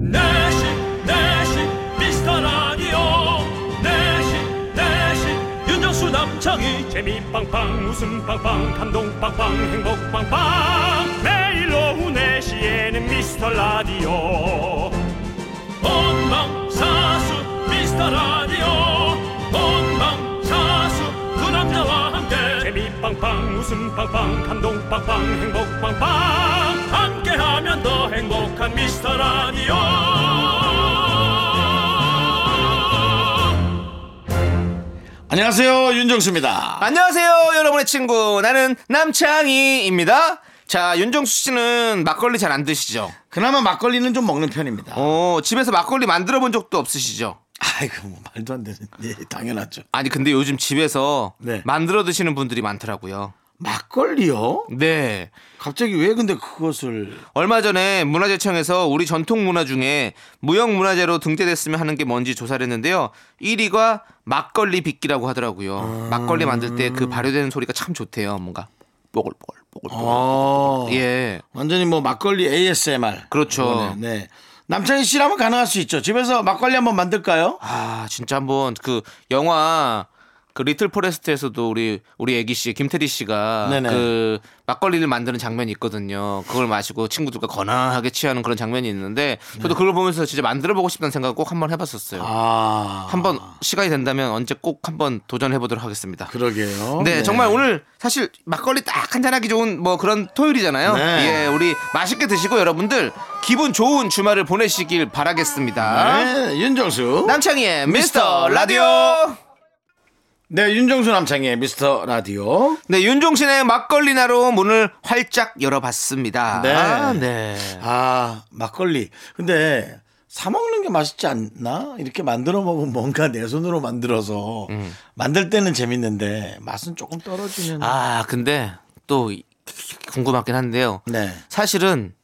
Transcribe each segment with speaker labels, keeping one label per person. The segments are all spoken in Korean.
Speaker 1: 내시 내시 미스터 라디오 내시 내시 윤정수 남창희
Speaker 2: 재미 빵빵 웃음 빵빵 감동 빵빵 행복 빵빵 매일 오후 네시에는 미스터 라디오
Speaker 1: 본방사수 미스터 라디오 본방사수 그 남자와 함께
Speaker 2: 재미 빵빵 웃음 빵빵 감동 빵빵 행복 빵빵
Speaker 1: 함께하면 더 행복한 미스터 라디오
Speaker 3: 안녕하세요 윤정수입니다.
Speaker 4: 아. 안녕하세요, 여러분의 친구. 나는 남창희입니다. 자, 윤정수 씨는 막걸리 잘 안 드시죠?
Speaker 3: 그나마 막걸리는 좀 먹는 편입니다.
Speaker 4: 어, 집에서 막걸리 만들어 본 적도 없으시죠?
Speaker 3: 아이고 뭐 말도 안 되는. 예, 당연하죠.
Speaker 4: 아니, 근데 요즘 집에서
Speaker 3: 네.
Speaker 4: 만들어 드시는 분들이 많더라고요.
Speaker 3: 막걸리요?
Speaker 4: 네.
Speaker 3: 갑자기 왜 근데 그것을
Speaker 4: 얼마 전에 문화재청에서 우리 전통 문화 중에 무형 문화재로 등재됐으면 하는 게 뭔지 조사를 했는데요. 1위가 막걸리 빗기라고 하더라고요.
Speaker 3: 아.
Speaker 4: 막걸리 만들 때 그 발효되는 소리가 참 좋대요. 뭔가 뽀글뽀글 뽀글뽀글.
Speaker 3: 어.
Speaker 4: 예.
Speaker 3: 완전히 뭐 막걸리 ASMR.
Speaker 4: 그렇죠.
Speaker 3: 이거네, 네. 남창희 씨라면 가능할 수 있죠. 집에서 막걸리 한번 만들까요?
Speaker 4: 아 진짜 한번 그 영화 그 리틀 포레스트에서도 우리 우리 애기 씨 김태리 씨가
Speaker 3: 네네.
Speaker 4: 그 막걸리를 만드는 장면이 있거든요. 그걸 마시고 친구들과 거나하게 취하는 그런 장면이 있는데 저도 그걸 보면서 진짜 만들어 보고 싶다는 생각을 꼭 한번 해봤었어요.
Speaker 3: 네. 아.
Speaker 4: 한번 시간이 된다면 언제 꼭 한번 도전해 보도록 하겠습니다.
Speaker 3: 그러게요.
Speaker 4: 네, 정말 오늘 사실 막걸리 딱 한잔하기 좋은 뭐 그런 토요일이잖아요.
Speaker 3: 네.
Speaker 4: 예, 우리 맛있게 드시고 여러분들 기분 좋은 주말을 보내시길 바라겠습니다.
Speaker 3: 네, 윤정수.
Speaker 4: 남창희의 미스터 라디오.
Speaker 3: 네, 윤정수 남창희의 미스터 라디오.
Speaker 4: 네, 윤종신의 막걸리 나로 문을 활짝 열어봤습니다.
Speaker 3: 네.
Speaker 4: 아, 네.
Speaker 3: 아, 막걸리. 근데 사 먹는 게 맛있지 않나? 이렇게 만들어 먹으면 뭔가 내 손으로 만들어서 만들 때는 재밌는데 맛은 조금 떨어지는.
Speaker 4: 음. 아, 근데 또 이- 궁금하긴 한데요.
Speaker 3: 네.
Speaker 4: 사실은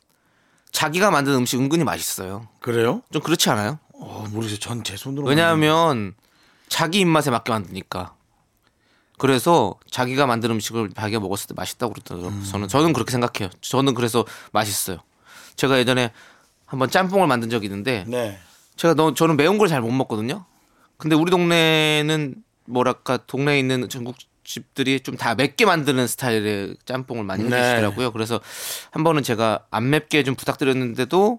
Speaker 4: 자기가 만든 음식 은근히 맛있어요.
Speaker 3: 그래요?
Speaker 4: 좀 그렇지 않아요?
Speaker 3: 어, 모르겠어요. 전 제 손으로.
Speaker 4: 왜냐하면 자기 입맛에 맞게 만드니까. 그래서 자기가 만든 음식을 자기가 먹었을 때 맛있다고 그러더라고요.
Speaker 3: 음.
Speaker 4: 저는 저는 그렇게 생각해요. 저는 그래서 맛있어요. 제가 예전에 한번 짬뽕을 만든 적이 있는데
Speaker 3: 만든- 네.
Speaker 4: 제가 너 저는 매운 걸 잘 못 먹거든요. 근데 우리 동네는 뭐랄까 동네에 있는 전국 집들이 좀 다 맵게 만드는 스타일의 짬뽕을 많이
Speaker 3: 네.
Speaker 4: 해주시더라고요. 그래서 한 번은 제가 안 맵게 좀 부탁드렸는데도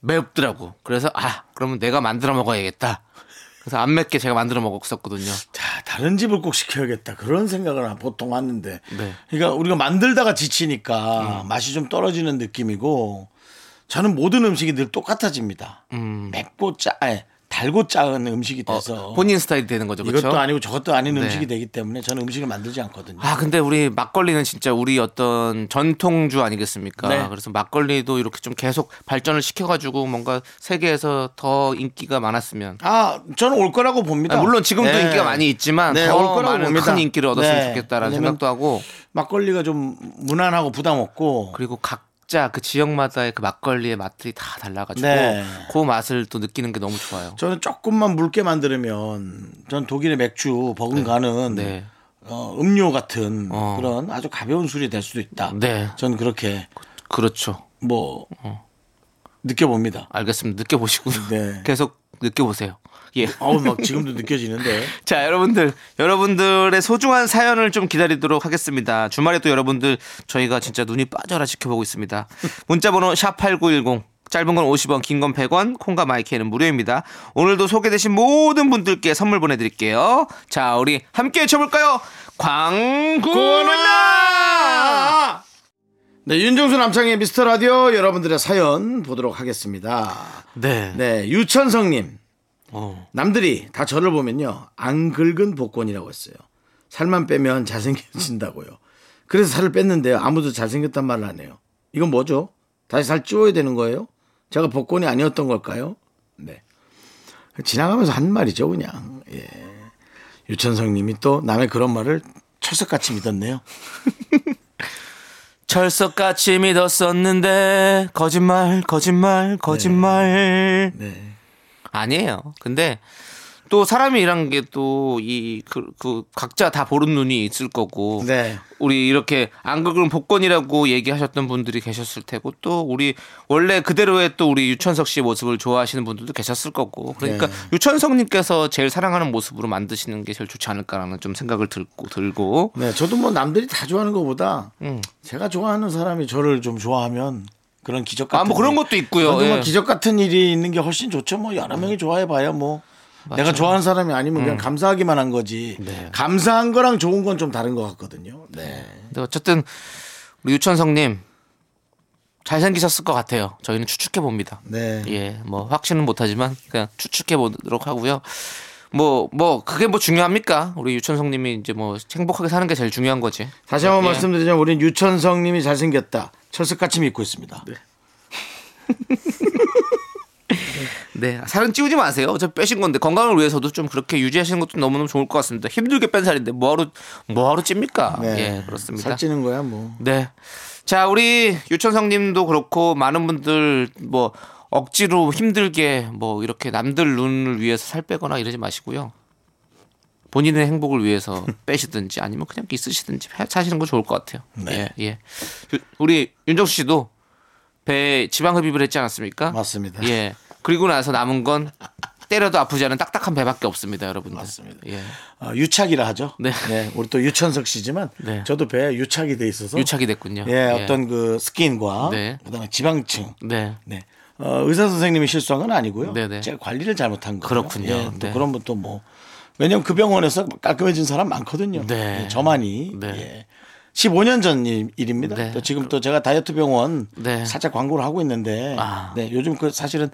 Speaker 4: 맵더라고. 그래서 아 그러면 내가 만들어 먹어야겠다. 그래서 안 맵게 제가 만들어 먹었었거든요.
Speaker 3: 자, 다른 집을 꼭 시켜야겠다. 그런 생각을 보통 하는데.
Speaker 4: 네. 음.
Speaker 3: 그러니까 우리가 만들다가 지치니까 맛이 좀 떨어지는 느낌이고 저는 모든 음식이 늘 똑같아집니다. 맵고 짜, 아니, 달고 짜은 음식이
Speaker 4: 음. 어,
Speaker 3: 돼서.
Speaker 4: 본인 스타일이 되는 거죠, 그렇죠?
Speaker 3: 이것도 아니고 저것도 아닌
Speaker 4: 네.
Speaker 3: 음식이 되기 때문에 저는 음식을 만들지 않거든요.
Speaker 4: 아 근데 우리 막걸리는 진짜 우리 어떤 전통주 아니겠습니까?
Speaker 3: 네.
Speaker 4: 그래서 막걸리도 이렇게 좀 계속 발전을 시켜가지고 뭔가 세계에서 더 인기가 많았으면
Speaker 3: 아, 저는 올 거라고 봅니다.
Speaker 4: 아, 물론 지금도
Speaker 3: 네.
Speaker 4: 인기가 많이 있지만
Speaker 3: 네, 올
Speaker 4: 더
Speaker 3: 거라고
Speaker 4: 많은
Speaker 3: 봅니다.
Speaker 4: 큰 인기를 얻었으면
Speaker 3: 네.
Speaker 4: 좋겠다라는
Speaker 3: 왜냐면
Speaker 4: 생각도 하고
Speaker 3: 막걸리가 좀 무난하고 부담 없고
Speaker 4: 그리고 각자 그 지역마다의 그 막걸리의 맛들이 다 달라가지고
Speaker 3: 네.
Speaker 4: 그 맛을 또 느끼는 게 너무 좋아요.
Speaker 3: 저는 조금만 묽게 만들면 전 독일의 맥주 버금가는
Speaker 4: 네.
Speaker 3: 어, 음료 같은
Speaker 4: 어.
Speaker 3: 그런 아주 가벼운 술이 될 수도 있다.
Speaker 4: 네.
Speaker 3: 전 그렇게
Speaker 4: 그렇죠.
Speaker 3: 뭐 느껴봅니다.
Speaker 4: 알겠습니다. 느껴보시고
Speaker 3: 네.
Speaker 4: 계속 느껴보세요. 예.
Speaker 3: 어우 막 지금도 느껴지는데.
Speaker 4: 자, 여러분들, 여러분들의 소중한 사연을 좀 기다리도록 하겠습니다. 주말에 또 여러분들 저희가 진짜 눈이 빠져라 지켜보고 있습니다. 문자번호 샵8910. 짧은 건 50원, 긴 건 100원, 콩과 마이크는 무료입니다. 오늘도 소개되신 모든 분들께 선물 보내드릴게요. 자, 우리 함께 외쳐볼까요? 광고나!
Speaker 3: 네, 윤종수 남창의 미스터 라디오 여러분들의 사연 보도록 하겠습니다.
Speaker 4: 네.
Speaker 3: 네, 유천성님.
Speaker 4: 어.
Speaker 3: 남들이 다 저를 보면요. 안 긁은 복권이라고 했어요. 살만 빼면 잘생겨진다고요. 그래서 살을 뺐는데요. 아무도 잘생겼단 말을 안 해요. 이건 뭐죠? 다시 살 찌워야 되는 거예요? 제가 복권이 아니었던 걸까요? 네. 지나가면서 한 말이죠, 그냥. 예. 유천성 님이 또 남의 그런 말을 철석같이 믿었네요.
Speaker 4: 철석같이 믿었었는데, 거짓말, 거짓말, 거짓말.
Speaker 3: 네.
Speaker 4: 아니에요. 근데 또 사람이란 게 또 이 그 각자 다 보는 눈이 있을 거고
Speaker 3: 네.
Speaker 4: 우리 이렇게 안 그런 복권이라고 얘기하셨던 분들이 계셨을 테고 또 우리 원래 그대로의 또 우리 유천석 씨의 모습을 좋아하시는 분들도 계셨을 거고 그러니까
Speaker 3: 네.
Speaker 4: 유천석님께서 제일 사랑하는 모습으로 만드시는 게 제일 좋지 않을까라는 좀 생각을 들고 들고
Speaker 3: 네, 저도 뭐 남들이 다 좋아하는 것보다
Speaker 4: 음.
Speaker 3: 제가 좋아하는 사람이 저를 좀 좋아하면 그런 기적 같은
Speaker 4: 아, 뭐 그런
Speaker 3: 일-
Speaker 4: 것도 있고요.
Speaker 3: 그런 뭐
Speaker 4: 예.
Speaker 3: 기적 같은 일이 있는 게 훨씬 좋죠. 뭐 여러 명이 좋아해 봐야 뭐 내가 좋아하는 사람이 아니면
Speaker 4: 음.
Speaker 3: 그냥 감사하기만 한 거지.
Speaker 4: 네.
Speaker 3: 감사한 거랑 좋은 건 좀 다른 것 같거든요. 네.
Speaker 4: 근데 어쨌든 우리 유천석님 잘생기셨을 것 같아요. 저희는 추측해 봅니다.
Speaker 3: 네.
Speaker 4: 예, 뭐 확신은 못하지만 그냥 추측해 보도록 하고요. 뭐 뭐 그게 뭐 중요합니까? 우리 유천석님이 이제 뭐 행복하게 사는 게 제일 중요한 거지.
Speaker 3: 다시 한번
Speaker 4: 예.
Speaker 3: 말씀드리자면 우린 유천성 님이 잘생겼다. 철석같이 믿고 있습니다.
Speaker 4: 네, 살은 찌우지 마세요. 어차피 빼신 건데 건강을 위해서도 좀 그렇게 유지하시는 것도 너무너무 좋을 것 같습니다. 힘들게 뺀 살인데 뭐하러 뭐하러 찝니까?
Speaker 3: 네.
Speaker 4: 예, 그렇습니다.
Speaker 3: 살찌는 거야 뭐.
Speaker 4: 네. 자, 우리 유천성 님도 그렇고 많은 분들 뭐 억지로 힘들게 뭐 이렇게 남들 눈을 위해서 살 빼거나 이러지 마시고요. 본인의 행복을 위해서 빼시든지 아니면 그냥 있으시든지 해- 사시는 거 좋을 것 같아요.
Speaker 3: 네.
Speaker 4: 예, 예. 유- 우리 윤정수 씨도 배에 지방 흡입을 했지 않았습니까?
Speaker 3: 맞습니다.
Speaker 4: 예. 그리고 나서 남은 건 때려도 아프지 않은 딱딱한 배밖에 없습니다, 여러분들.
Speaker 3: 맞습니다.
Speaker 4: 예.
Speaker 3: 어, 유착이라 하죠.
Speaker 4: 네.
Speaker 3: 우리 또 유천석 씨지만
Speaker 4: 네.
Speaker 3: 저도 배에 유착이 돼 있어서
Speaker 4: 유착이 됐군요.
Speaker 3: 예, 어떤 그 스킨과
Speaker 4: 네.
Speaker 3: 그다음에 지방층.
Speaker 4: 네.
Speaker 3: 네. 어, 의사 선생님이 실수한 건 아니고요.
Speaker 4: 네네.
Speaker 3: 제가 관리를 잘못한 거예요.
Speaker 4: 그렇군요.
Speaker 3: 예, 또
Speaker 4: 네.
Speaker 3: 그런 분또 뭐. 왜냐면 그 병원에서 깔끔해진 사람 많거든요.
Speaker 4: 네.
Speaker 3: 예, 저만이.
Speaker 4: 네.
Speaker 3: 예. 15년 전 일- 일입니다.
Speaker 4: 네.
Speaker 3: 또 지금 또 제가 다이어트 병원
Speaker 4: 네.
Speaker 3: 살짝 광고를 하고 있는데
Speaker 4: 아.
Speaker 3: 네, 요즘 그 사실은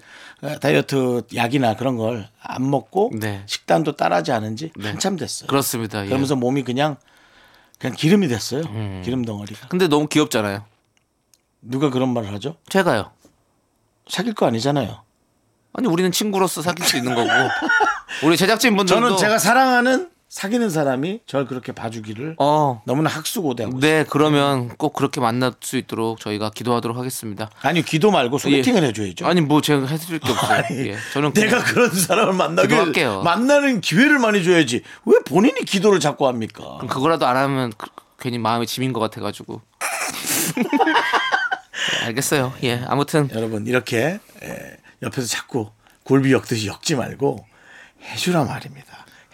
Speaker 3: 다이어트 약이나 그런 걸 안 먹고
Speaker 4: 네.
Speaker 3: 식단도 따라하지 않은지 한참 됐어요.
Speaker 4: 그렇습니다. 예. 음.
Speaker 3: 그러면서 몸이 그냥 그냥 기름이 됐어요. 기름 덩어리가.
Speaker 4: 근데 너무 귀엽잖아요.
Speaker 3: 누가 그런 말을 하죠?
Speaker 4: 제가요.
Speaker 3: 사귈 거 아니잖아요.
Speaker 4: 아니 우리는 친구로서 사귈 수 있는 거고 우리 제작진 분들도
Speaker 3: 저는 제가 사랑하는 사귀는 사람이 저를 그렇게 봐주기를
Speaker 4: 어.
Speaker 3: 너무나 학수고대하고 있어요.
Speaker 4: 네 그러면 꼭 그렇게 만날 수 있도록 저희가 기도하도록 하겠습니다.
Speaker 3: 아니 기도 말고 소개팅을 해줘야죠.
Speaker 4: 아니 뭐 제가 해드릴 게 없어요. 예, 저는
Speaker 3: 내가
Speaker 4: 그냥-
Speaker 3: 그런 사람을 만나길
Speaker 4: 기도할게요.
Speaker 3: 만나는 기회를 많이 줘야지 왜 본인이 기도를 자꾸 합니까?
Speaker 4: 그럼 그거라도 안 하면 그- 괜히 마음이 짐인 것 같아가지고. 네, 알겠어요. 예 아무튼
Speaker 3: 여러분 이렇게 에, 옆에서 자꾸 굴비 역듯이 역지 말고 해주라 말입니다.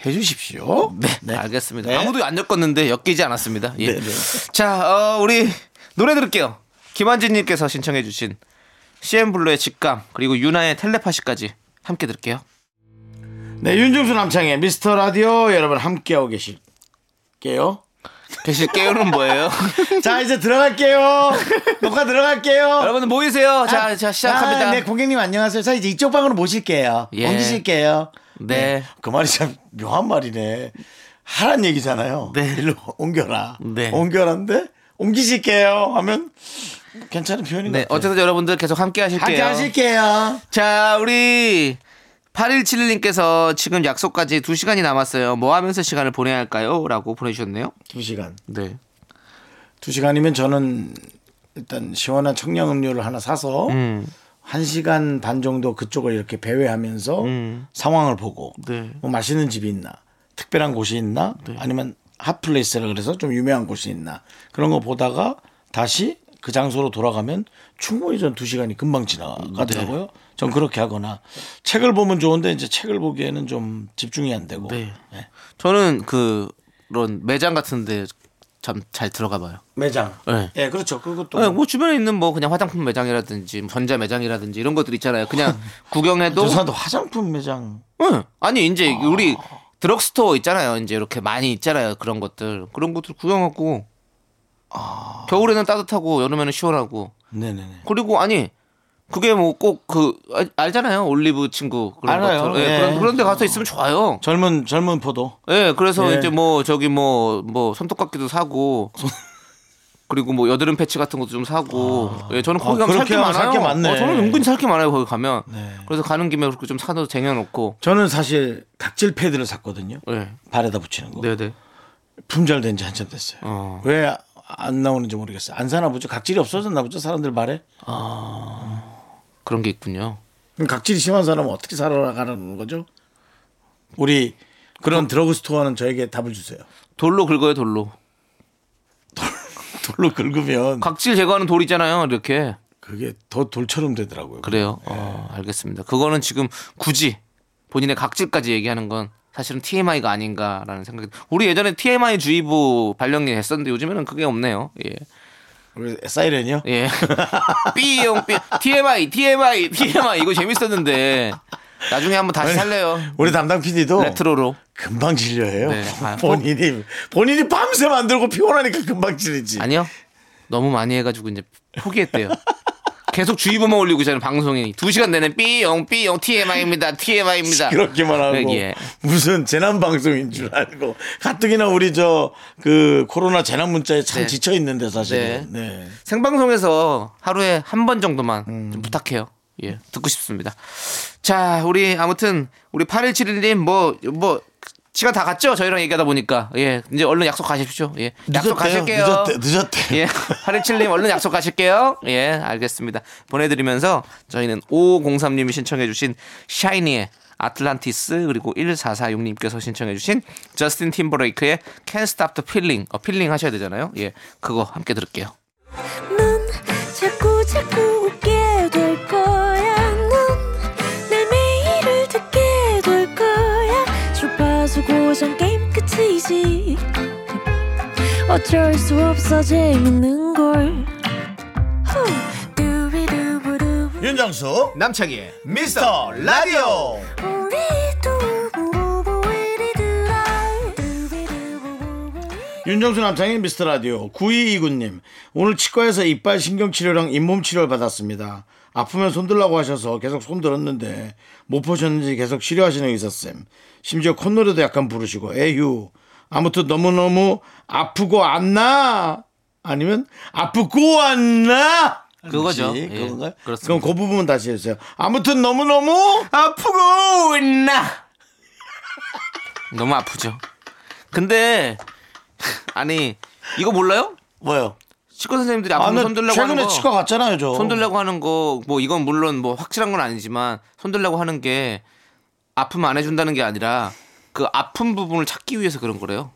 Speaker 3: 해주십시오.
Speaker 4: 네, 알겠습니다.
Speaker 3: 네.
Speaker 4: 아무도 안 엮었는데 엮이지 않았습니다. 예.
Speaker 3: 네, 네.
Speaker 4: 자, 어, 우리 노래 들을게요. 김한진님께서 신청해주신 CM블루의 직감 그리고 유나의 텔레파시까지 함께 들을게요.
Speaker 3: 네, 윤종수 남창의 미스터 라디오 여러분 함께하고 계실게요.
Speaker 4: 계실 깨우는 뭐예요?
Speaker 3: 자 이제 들어갈게요. 녹화 들어갈게요.
Speaker 4: 여러분 모이세요. 자, 자 시작합니다.
Speaker 3: 아, 네, 고객님 안녕하세요. 자 이제 이쪽 방으로 모실게요.
Speaker 4: 예.
Speaker 3: 옮기실게요.
Speaker 4: 네.
Speaker 3: 그 말이 참 묘한 말이네. 하란 얘기잖아요.
Speaker 4: 네.
Speaker 3: 일로 옮겨라.
Speaker 4: 네.
Speaker 3: 옮겨라인데 옮기실게요 하면 괜찮은 표현인
Speaker 4: 네,
Speaker 3: 것 같아요.
Speaker 4: 어쨌든 여러분들 계속 함께
Speaker 3: 함께
Speaker 4: 하실게요.
Speaker 3: 하실게요.
Speaker 4: 자, 우리 8171님께서 지금 약속까지 2시간이 남았어요. 뭐 하면서 시간을 보내야 할까요? 라고 보내주셨네요.
Speaker 3: 두 시간.
Speaker 4: 네.
Speaker 3: 두 시간이면 저는 일단 시원한 청량 음료를 하나 사서 한 시간 반 정도 그쪽을 이렇게 배회하면서 상황을 보고
Speaker 4: 음. 네.
Speaker 3: 뭐 맛있는 집이 있나 특별한 곳이 있나 아니면 핫플레이스라 그래서 좀 유명한 곳이 있나 그런 거 보다가 다시 그 장소로 돌아가면 충분히 전 두 시간이 금방 지나가더라고요.
Speaker 4: 네.
Speaker 3: 전 그렇게 하거나 책을 보면 좋은데 이제 책을 보기에는 좀 집중이 안 되고
Speaker 4: 네.
Speaker 3: 네.
Speaker 4: 저는 그, 그런 매장 같은데 참 잘 들어가 봐요.
Speaker 3: 매장.
Speaker 4: 네.
Speaker 3: 예, 그렇죠. 그것도
Speaker 4: 네, 뭐 주변에 있는 뭐 그냥 화장품 매장이라든지 뭐 전자 매장이라든지 이런 것들 있잖아요. 그냥 구경해도
Speaker 3: 죄송한데 화장품 매장
Speaker 4: 응. 아니 이제 우리 드럭스토어 있잖아요. 이제 이렇게 많이 있잖아요. 그런 것들 그런 것들 구경하고 아, 겨울에는 따뜻하고 여름에는 시원하고
Speaker 3: 네네네.
Speaker 4: 그리고 아니 그게 뭐 꼭 그 알잖아요. 올리브 친구 그런
Speaker 3: 알아요.
Speaker 4: 것들 예,
Speaker 3: 예.
Speaker 4: 그런 그런 데 가서 있으면 좋아요.
Speaker 3: 젊은 젊은 포도.
Speaker 4: 예, 그래서
Speaker 3: 예.
Speaker 4: 이제 뭐 저기 뭐 뭐 손톱깎이도 사고 그리고 뭐 여드름 패치 같은 것도 좀 사고. 예, 저는 거기
Speaker 3: 아,
Speaker 4: 가면
Speaker 3: 그렇게
Speaker 4: 살게
Speaker 3: 하면
Speaker 4: 많아요.
Speaker 3: 살게 많네.
Speaker 4: 어, 저는 은근히 살게 많아요 거기 가면.
Speaker 3: 네.
Speaker 4: 그래서 가는 김에 그렇게 좀 사도 쟁여놓고.
Speaker 3: 저는 사실 각질 패드를 샀거든요.
Speaker 4: 예.
Speaker 3: 발에다 붙이는 거.
Speaker 4: 네네.
Speaker 3: 품절된 지 한참 됐어요.
Speaker 4: 어.
Speaker 3: 왜 안 나오는지 모르겠어요. 안 사나 보죠. 각질이 없어졌나 보죠. 사람들 말에.
Speaker 4: 그런 게 있군요.
Speaker 3: 그럼 각질이 심한 사람은 어떻게 살아가는 거죠? 우리 그런 드러그 스토어는 저에게 답을 주세요.
Speaker 4: 돌로 긁어요 돌로.
Speaker 3: 돌로 긁으면
Speaker 4: 각질 제거하는 돌이잖아요 이렇게.
Speaker 3: 그게 더 돌처럼 되더라고요.
Speaker 4: 그래요. 어, 알겠습니다. 그거는 지금 굳이 본인의 각질까지 얘기하는 건 사실은 TMI가 아닌가라는 생각이. 우리 예전에 TMI 주의보 발령이 했었는데 요즘에는 그게 없네요. 예.
Speaker 3: 우리 사이렌이요?
Speaker 4: 예. 삐용 삐 TMI TMI TMI 이거 재밌었는데 나중에 한번 다시 살래요.
Speaker 3: 우리 담당 PD도
Speaker 4: 레트로로.
Speaker 3: 금방 질려해요.
Speaker 4: 네. 아,
Speaker 3: 본인이 본인이 밤새 만들고 피곤하니까 금방 질리지.
Speaker 4: 아니요. 너무 많이 해가지고 이제 포기했대요. 계속 주의보만 올리고 있잖아요 방송에 두 시간 내내 삐용 삐용 TMI입니다 TMI입니다.
Speaker 3: 그렇게만 하고
Speaker 4: 예.
Speaker 3: 무슨 재난 방송인 줄 알고 가뜩이나 우리 저 그 코로나 재난 문자에 참
Speaker 4: 네.
Speaker 3: 지쳐 있는데 사실은 네.
Speaker 4: 생방송에서 하루에 한 번 정도만
Speaker 3: 음.
Speaker 4: 좀 부탁해요. 예, 듣고 싶습니다. 자, 우리 아무튼 우리 8171님 뭐 뭐 시간 다 갔죠? 저희랑 얘기하다 보니까 예, 이제 얼른 약속 가십시오. 예, 약속 가실게요.
Speaker 3: 늦었대 늦었대.
Speaker 4: 예, 8171님 얼른 약속 가실게요. 예, 알겠습니다. 보내드리면서 저희는 5503님이 신청해주신 샤이니의 아틀란티스 그리고 1446님께서 신청해주신 저스틴 팀버레이크의 Can't Stop the Feeling 어, 필링 하셔야 되잖아요. 예, 그거 함께 들을게요.
Speaker 5: 넌 자꾸 자꾸 웃게 될 거야. 넌내 매일을 듣게 될 거야. 주파수 고정 게임 끝이지. 어쩔 수 없어 재밌는 걸. 후. 두비두부두.
Speaker 3: 윤정수
Speaker 4: 남창희의
Speaker 3: 미스터 라디오.
Speaker 5: 우리 두부부부 우리들아. 두비두부부부 우리
Speaker 3: 윤정수 남창의 미스터 라디오 9229님 오늘 치과에서 이빨 신경 치료랑 잇몸 치료를 받았습니다. 아프면 손들라고 하셔서 계속 손 들었는데 못 보셨는지 계속 치료하시는 의사 쌤. 심지어 콧노래도 약간 부르시고 에휴 아무튼 너무 너무 아프고 안나 아니면 아프고 안나
Speaker 4: 그거죠. 예,
Speaker 3: 그건가요?
Speaker 4: 그렇습니다.
Speaker 3: 그럼 그 부분 다시 해주세요. 아무튼 너무 너무
Speaker 4: 아프고 있나? 너무 아프죠. 근데 아니 이거 몰라요?
Speaker 3: 뭐요?
Speaker 4: 치과 선생님들이
Speaker 3: 아,
Speaker 4: 아프면
Speaker 3: 나
Speaker 4: 손들라고 하는
Speaker 3: 최근에
Speaker 4: 거.
Speaker 3: 치과 갔잖아요, 저.
Speaker 4: 손들라고 하는 거 뭐 이건 물론 뭐 확실한 건 아니지만 손들라고 하는 게 아프면 안 해준다는 게 아니라 그 아픈 부분을 찾기 위해서 그런 거래요.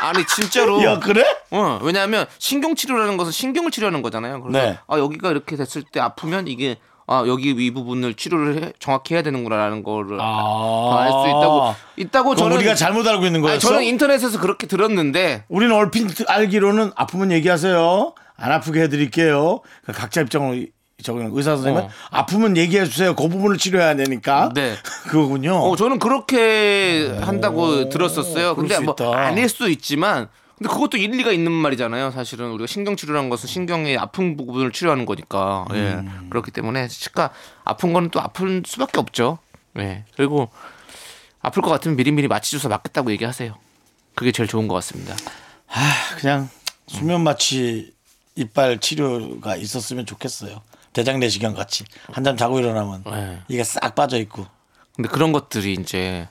Speaker 4: 아니 진짜로.
Speaker 3: 야 그래?
Speaker 4: 어, 왜냐하면 신경 치료라는 것은 신경을 치료하는 거잖아요. 그래서
Speaker 3: 네.
Speaker 4: 아 여기가 이렇게 됐을 때 아프면 이게 아 여기 이 부분을 치료를 해- 정확히 해야 되는구나라는 거를 알 수 있다고 있다고
Speaker 3: 아. 그럼
Speaker 4: 어, 저는
Speaker 3: 어, 우리가 잘못 알고 있는
Speaker 4: 아니,
Speaker 3: 거였어?
Speaker 4: 저는 인터넷에서 그렇게 들었는데
Speaker 3: 우리는 얼핏 알기로는 아프면 얘기하세요. 안 아프게 해드릴게요. 그러니까 각자 입장으로 저기 의사 선생님은
Speaker 4: 어.
Speaker 3: 아프면 얘기해 주세요. 그 부분을 치료해야 되니까.
Speaker 4: 네.
Speaker 3: 그거군요.
Speaker 4: 어 저는 그렇게 한다고 들었었어요. 근데
Speaker 3: 수
Speaker 4: 뭐
Speaker 3: 있다.
Speaker 4: 아닐 수도 있지만 근데 그것도 일리가 있는 말이잖아요. 사실은 우리가 신경 치료라는 것은 신경의 아픈 부분을 치료하는 거니까
Speaker 3: 음.
Speaker 4: 예. 그렇기 때문에 치과 아픈 거는 또 아픈 수밖에 없죠. 예. 그리고 아플 것 같으면 미리미리 마취 주사 맞겠다고 얘기하세요. 그게 제일 좋은 것 같습니다.
Speaker 3: 그냥 수면 마취 이빨 치료가 있었으면 좋겠어요. 대장 네 내시경 같이 한 잠 자고 일어나면
Speaker 4: 네.
Speaker 3: 이게 싹 빠져 있고.
Speaker 4: 근데 그런 것들이 이제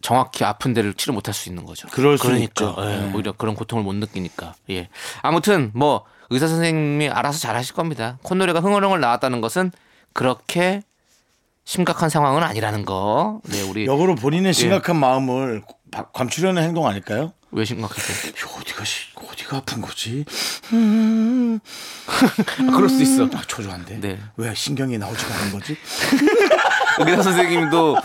Speaker 4: 정확히 아픈 데를 치료 못할 수 있는 거죠.
Speaker 3: 그럴 수
Speaker 4: 그러니까
Speaker 3: 있죠.
Speaker 4: 예, 오히려 그런 고통을 못 느끼니까. 예. 아무튼 뭐 의사 선생님이 알아서 잘 하실 겁니다. 콧노래가 흥얼흥얼 나왔다는 것은 그렇게 심각한 상황은 아니라는 거. 네, 우리
Speaker 3: 역으로 본인의 심각한 마음을 감추려는 행동 아닐까요?
Speaker 4: 왜 심각했어요?
Speaker 3: 이거 어디가 시- 어디가 아픈 거지?
Speaker 4: 그럴 수 있어.
Speaker 3: 아, 초조한데.
Speaker 4: 네.
Speaker 3: 왜 신경이 나오지가 않은 거지?
Speaker 4: 의사 선생님도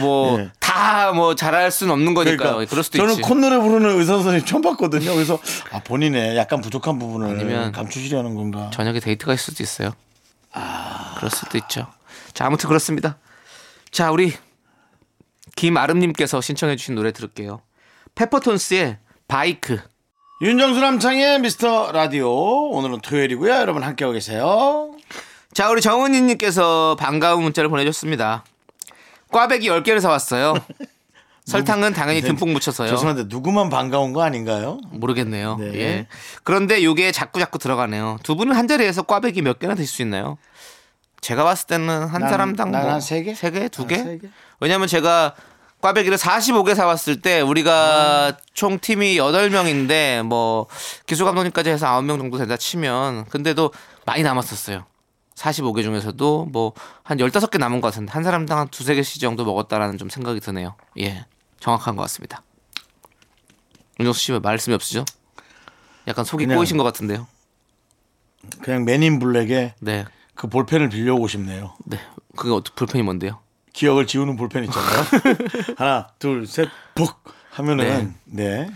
Speaker 4: 뭐
Speaker 3: 예.
Speaker 4: 다 뭐 잘할 수는 없는 거니까요. 그럴 수도
Speaker 3: 그러니까 저는
Speaker 4: 있지.
Speaker 3: 콧노래 부르는 의사 선생님 처음 봤거든요. 그래서 아, 본인의 약간 부족한 부분을
Speaker 4: 아니면
Speaker 3: 감추시려는 건가?
Speaker 4: 저녁에 데이트가 있을 수도 있어요.
Speaker 3: 아.
Speaker 4: 그럴 수도 있죠. 자, 아무튼 그렇습니다. 자, 우리 김아름님께서 신청해주신 노래 들을게요. 페퍼톤스의 바이크.
Speaker 3: 윤정수 남창의 미스터 라디오 오늘은 토요일이고요. 여러분 함께하고 계세요.
Speaker 4: 자, 우리 정은이님께서 반가운 문자를 보내줬습니다. 꽈배기 10개를 사왔어요. 설탕은 당연히 듬뿍 묻혀서요.
Speaker 3: 네. 죄송한데 누구만 반가운 거 아닌가요?
Speaker 4: 모르겠네요.
Speaker 3: 네.
Speaker 4: 예. 그런데 요게 자꾸 자꾸 들어가네요. 두 분은 한 자리에서 꽈배기 몇 개나 드실 수 있나요? 제가 봤을 때는 한
Speaker 3: 난-
Speaker 4: 사람당
Speaker 3: 난
Speaker 4: 뭐
Speaker 3: 한세 개?
Speaker 4: 세 개, 두
Speaker 3: 아,
Speaker 4: 개?
Speaker 3: 세 개?
Speaker 4: 왜냐면 제가 꽈배기를 45개 사왔을 때 우리가 총 팀이 8명인데 뭐 기술 감독님까지 해서 9명 정도 된다 치면 근데도 많이 남았었어요. 45개 중에서도 뭐 한 15개 남은 것 같은데 한 사람당 한 두세 개씩 정도 먹었다라는 좀 생각이 드네요. 예. 정확한 것 같습니다. 윤정수 씨 왜 말씀이 없으죠? 약간 속이
Speaker 3: 그냥-
Speaker 4: 꼬이신 것 같은데요.
Speaker 3: 그냥 맨인 블랙에
Speaker 4: 네.
Speaker 3: 그 볼펜을 빌려오고 싶네요.
Speaker 4: 네. 그게 어떻게 불편이 뭔데요?
Speaker 3: 기억을 지우는 볼펜 있잖아요. 하나, 둘, 셋, 푹 하면은 네.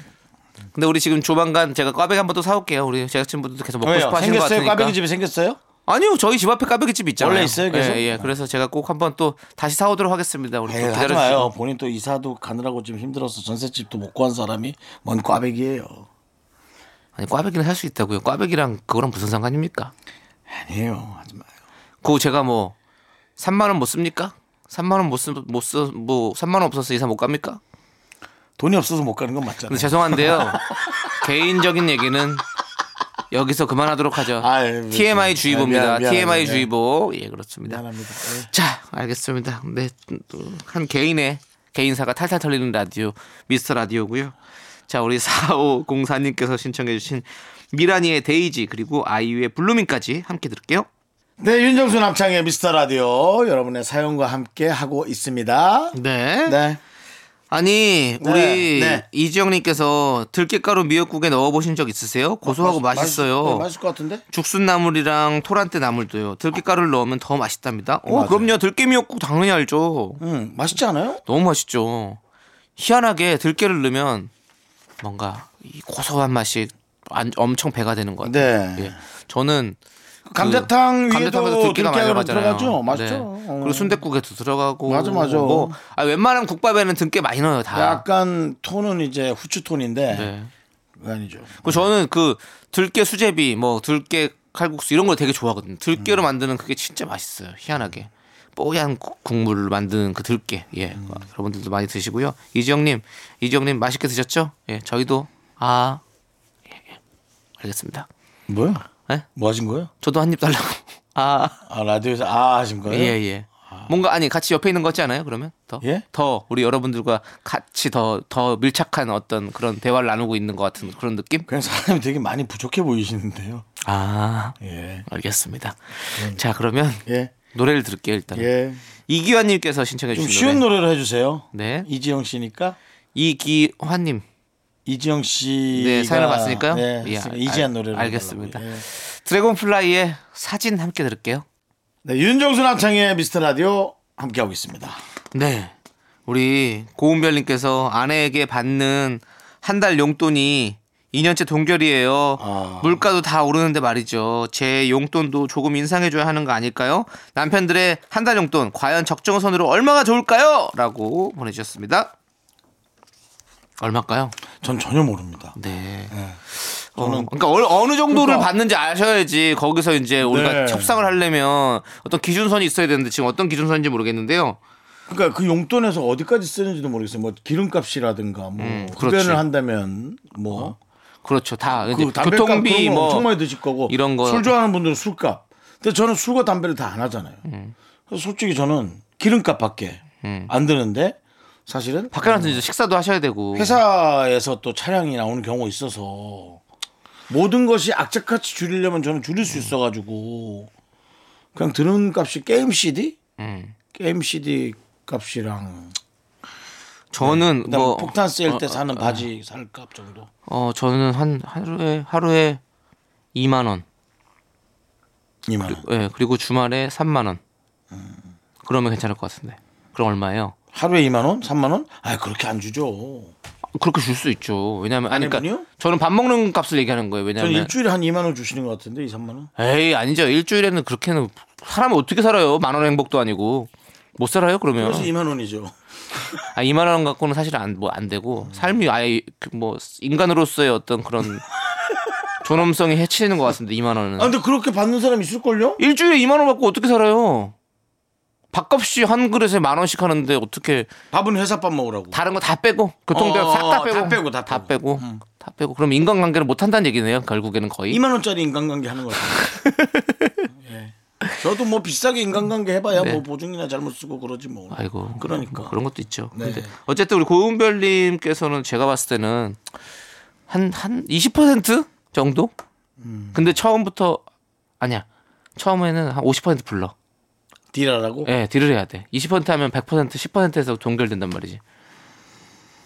Speaker 4: 근데 우리 지금 조만간 제가 꽈배기 한 번 또 사올게요. 우리 제작진분들도 계속 먹고
Speaker 3: 왜요?
Speaker 4: 싶어 하시는 것
Speaker 3: 생겼어요?
Speaker 4: 같으니까.
Speaker 3: 까베기 집에 생겼어요?
Speaker 4: 아니요, 저희 집 앞에 까베기 집 있잖아요.
Speaker 3: 원래 있어요, 계속?
Speaker 4: 예, 예. 그래서 제가 꼭 한번 또 다시 사오도록 하겠습니다. 우리 또
Speaker 3: 에이, 예, 하지 마요.
Speaker 4: 기다려주세요.
Speaker 3: 본인 또 이사도 가느라고 지금 힘들어서 전셋집도 못 구한 사람이 뭔 꽈배기예요.
Speaker 4: 아니 꽈배기는 할 수 있다고요. 꽈배기랑 그거랑 무슨 상관입니까?
Speaker 3: 아니에요. 하지 마요.
Speaker 4: 그거 제가 뭐 3만 원 못 씁니까? 3만 원못쓰못쓰뭐 3만 원 없어서 이사 못 갑니까?
Speaker 3: 돈이 없어서 못 가는 건 맞잖아요.
Speaker 4: 근데 죄송한데요. 개인적인 얘기는 여기서 그만하도록 하죠.
Speaker 3: 아, 예,
Speaker 4: TMI
Speaker 3: 그렇죠.
Speaker 4: 주의보입니다.
Speaker 3: 아, 미안, 미안합니다.
Speaker 4: TMI 주의보. 예, 그렇습니다.
Speaker 3: 미안합니다. 예.
Speaker 4: 네. 자, 알겠습니다. 근데 또한 개인의 개인사가 탈탈 털리는 라디오 미스터 라디오고요. 자, 우리 4504님께서 신청해 주신 미라니의 데이지 그리고 아이유의 블루밍까지 함께 들을게요.
Speaker 3: 네, 윤정수 남창의 미스터 라디오 여러분의 사연과 함께 하고 있습니다.
Speaker 4: 네.
Speaker 3: 네. 네,
Speaker 4: 아니, 우리
Speaker 3: 네.
Speaker 4: 이지영 님께서 들깨가루 미역국에 넣어 보신 적 있으세요? 고소하고
Speaker 3: 맛있-
Speaker 4: 맛있어요.
Speaker 3: 네, 맛있을 것 같은데?
Speaker 4: 죽순나물이랑 토란대 나물도요. 들깨가루를 넣으면 더 맛있답니다. 어,
Speaker 3: 네, 맞아요.
Speaker 4: 그럼요. 들깨 미역국 당연히 알죠.
Speaker 3: 응, 맛있지 않아요?
Speaker 4: 너무 맛있죠. 희한하게 들깨를 넣으면 뭔가 이 고소한 맛이 안- 엄청 배가 되는 것 같아요.
Speaker 3: 네.
Speaker 4: 예. 저는 그
Speaker 3: 감자탕 위에도
Speaker 4: 감자탕에도 들깨가 많이
Speaker 3: 들깨가루
Speaker 4: 들어가잖아요. 네.
Speaker 3: 들어가죠. 맛있죠. 어.
Speaker 4: 그리고 순대국에도 들어가고.
Speaker 3: 맞아, 맞아.
Speaker 4: 뭐, 아, 웬만한 국밥에는 들깨 많이 넣어요 다.
Speaker 3: 네, 약간 톤은 이제 후추 톤인데
Speaker 4: 네.
Speaker 3: 그거 아니죠.
Speaker 4: 그 저는 그 들깨 수제비, 뭐 들깨 칼국수 이런 걸 되게 좋아하거든요. 들깨로 만드는 그게 진짜 맛있어요. 희한하게 뽀얀 국- 국물로 만드는 그 들깨. 예, 여러분들도 많이 드시고요. 이지영님, 이지영님 맛있게 드셨죠? 예, 저희도 아, 예, 예. 알겠습니다.
Speaker 3: 뭐야?
Speaker 4: 예?
Speaker 3: 뭐 하신 거예요?
Speaker 4: 저도 한 입 달라고. 아,
Speaker 3: 아 라디오에서 아 하신
Speaker 4: 예,
Speaker 3: 거예요?
Speaker 4: 예. 뭔가 아니 같이 옆에 있는 거지 않아요? 그러면 더,
Speaker 3: 예?
Speaker 4: 더 우리 여러분들과 같이 더 더 밀착한 어떤 그런 대화를 나누고 있는 것 같은 그런 느낌?
Speaker 3: 그냥 사람이 되게 많이 부족해 보이시는데요.
Speaker 4: 아,
Speaker 3: 예.
Speaker 4: 알겠습니다. 자 그러면
Speaker 3: 예.
Speaker 4: 노래를 들을게요 일단. 은
Speaker 3: 예.
Speaker 4: 이기환님께서 신청해
Speaker 3: 좀
Speaker 4: 주신
Speaker 3: 쉬운
Speaker 4: 노래.
Speaker 3: 노래. 를 해주세요.
Speaker 4: 네.
Speaker 3: 이지영 씨니까
Speaker 4: 이기환님.
Speaker 3: 이지영 씨.
Speaker 4: 네, 사연을 봤으니까요.
Speaker 3: 네.
Speaker 4: 예,
Speaker 3: 했으니까
Speaker 4: 알-
Speaker 3: 이지한 노래를.
Speaker 4: 알겠습니다.
Speaker 3: 해달라고요. 예.
Speaker 4: 드래곤플라이의 사진 함께 들을게요.
Speaker 3: 네, 윤정수 남창의 미스터 라디오 함께하고 있습니다.
Speaker 4: 네. 우리 고은별님께서 아내에게 받는 한 달 용돈이 2년째 동결이에요.
Speaker 3: 아.
Speaker 4: 물가도 다 오르는데 말이죠. 제 용돈도 조금 인상해줘야 하는 거 아닐까요? 남편들의 한 달 용돈 과연 적정선으로 얼마가 좋을까요? 라고 보내주셨습니다. 얼마일까요?
Speaker 3: 전 전혀 모릅니다.
Speaker 4: 네. 어,
Speaker 3: 저는-
Speaker 4: 그러니까 얼- 어느 정도를
Speaker 3: 그러니까-
Speaker 4: 받는지 아셔야지 거기서 이제 우리가
Speaker 3: 네.
Speaker 4: 협상을 하려면 어떤 기준선이 있어야 되는데 지금 어떤 기준선인지 모르겠는데요.
Speaker 3: 그러니까 그 용돈에서 어디까지 쓰는지도 모르겠어요. 뭐 기름값이라든가 뭐
Speaker 4: 음, 그렇지.
Speaker 3: 흡연을 한다면 뭐
Speaker 4: 그렇죠. 다 이제
Speaker 3: 그 담배값
Speaker 4: 교통비
Speaker 3: 그런 거
Speaker 4: 뭐
Speaker 3: 엄청 많이 드실 거고
Speaker 4: 이런 거.
Speaker 3: 술 좋아하는 분들은 술값. 근데 저는 술과 담배를 다 안 하잖아요.
Speaker 4: 음.
Speaker 3: 그래서 솔직히 저는 기름값밖에 안 드는데 사실은
Speaker 4: 밖에 나서 이제 식사도 하셔야
Speaker 3: 예.
Speaker 4: 되고.
Speaker 3: 회사에서 또 차량이 나오는 경우 있어서 모든 것이 악착같이 줄이려면 저는 줄일 수 있어가지고 그냥 드는 값이 게임 CD,
Speaker 4: 음.
Speaker 3: 게임 CD 값이랑
Speaker 4: 저는
Speaker 3: 네. 그다음에
Speaker 4: 뭐
Speaker 3: 폭탄 세일 때 사는 바지 살 값 정도.
Speaker 4: 어, 저는 한 하루에 하루에 2만 원.
Speaker 3: 2만 원.
Speaker 4: 예, 그리고 주말에 3만 원.
Speaker 3: 음.
Speaker 4: 그러면 괜찮을 것 같은데. 그럼 얼마예요?
Speaker 3: 하루에 2만 원, 3만 원? 아 그렇게 안 주죠.
Speaker 4: 아, 그렇게 줄 수 있죠. 왜냐면 아니 그러니까
Speaker 3: 아내분이요?
Speaker 4: 저는 밥 먹는 값을 얘기하는 거예요.
Speaker 3: 저는
Speaker 4: 왜냐면
Speaker 3: 일주일에 한 2만 원 주시는 것 같은데 2, 3만 원.
Speaker 4: 에이 아니죠 일주일에는 그렇게는 사람이 어떻게 살아요 만 원 행복도 아니고 못 살아요 그러면
Speaker 3: 그래서 2만 원이죠.
Speaker 4: 아 2만 원 갖고는 사실 안 뭐 안 되고 삶이 아예 그뭐 인간으로서의 어떤 그런 존엄성이 해치는 것 같습니다 2만 원은
Speaker 3: 아 근데 그렇게 받는 사람 있을걸요?
Speaker 4: 일주일에 2만 원 받고 어떻게 살아요 밥값이 한 그릇에 만 원씩 하는데 어떻게
Speaker 3: 밥은 회사 밥 먹으라고.
Speaker 4: 다른 거 다 빼고 교통비랑
Speaker 3: 어,
Speaker 4: 싹 다
Speaker 3: 다
Speaker 4: 빼고
Speaker 3: 빼고, 다
Speaker 4: 다
Speaker 3: 빼고. 음.
Speaker 4: 빼고 다 빼고 그럼 인간관계를 못 한다는 얘기네요 결국에는 거의
Speaker 3: 2만 원짜리 인간관계 하는 거죠. 예. 저도 뭐 비싸게 인간관계 해봐야 뭐 보증이나 잘못 쓰고 그러지 뭐.
Speaker 4: 네. 아이고
Speaker 3: 그러니까.
Speaker 4: 그런 것도 있죠.
Speaker 3: 네.
Speaker 4: 근데 어쨌든 우리 고은별님께서는 제가 봤을 때는
Speaker 3: 음.
Speaker 4: 한 한 20% 정도? 근데 처음부터 아니야 처음에는 한 50% 불러.
Speaker 3: 어? 딜하라고?
Speaker 4: 예, 딜을 해야 돼. 20% 하면 100%, 10%에서 동결된단 말이지.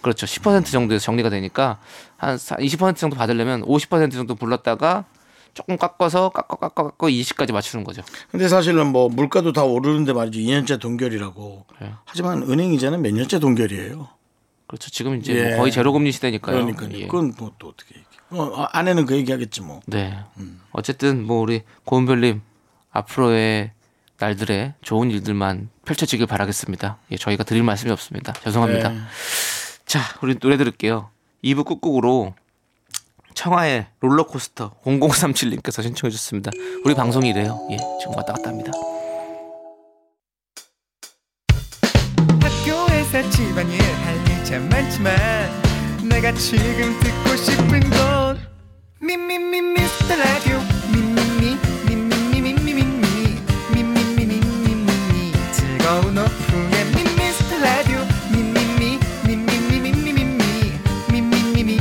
Speaker 4: 그렇죠. 10% 정도에서 정리가 되니까 한 20% 정도 받으려면 50% 정도 불렀다가 조금 깎아서 깎아 깎아 깎아 20까지 맞추는 거죠.
Speaker 3: 근데 사실은 뭐 물가도 다 오르는데 말이죠. 2년째 동결이라고.
Speaker 4: 그래요.
Speaker 3: 하지만 은행 이자는 몇 년째 동결이에요.
Speaker 4: 그렇죠. 지금 이제
Speaker 3: 예.
Speaker 4: 뭐 거의 제로금리 시대니까요.
Speaker 3: 그러니까요.
Speaker 4: 예.
Speaker 3: 그건 뭐 또 어떻게 얘기. 어, 아, 아내는 그 얘기하겠지 뭐.
Speaker 4: 네. 어쨌든 뭐 우리 고은별님 앞으로의 날들에 좋은 일들만 펼쳐지길 바라겠습니다. 예, 저희가 드릴 말씀이 없습니다. 죄송합니다.
Speaker 3: 네.
Speaker 4: 자, 우리 노래 들을게요. 2부 꾹꾹으로 청하의 롤러코스터 0037님께서 신청해 주셨습니다. 우리 방송이 이래요. 예, 지금 왔다 갔다 합니다.
Speaker 6: 학교에서 집안일 할 일 참 많지만 내가 지금 듣고 싶은 건 미미미 미스터 라디오 미미미 미미미 미미미 미미미 미미미 즐거운 오후에 미미스터 라디오 미미미 미미미 미미미 미미미 미미미 예,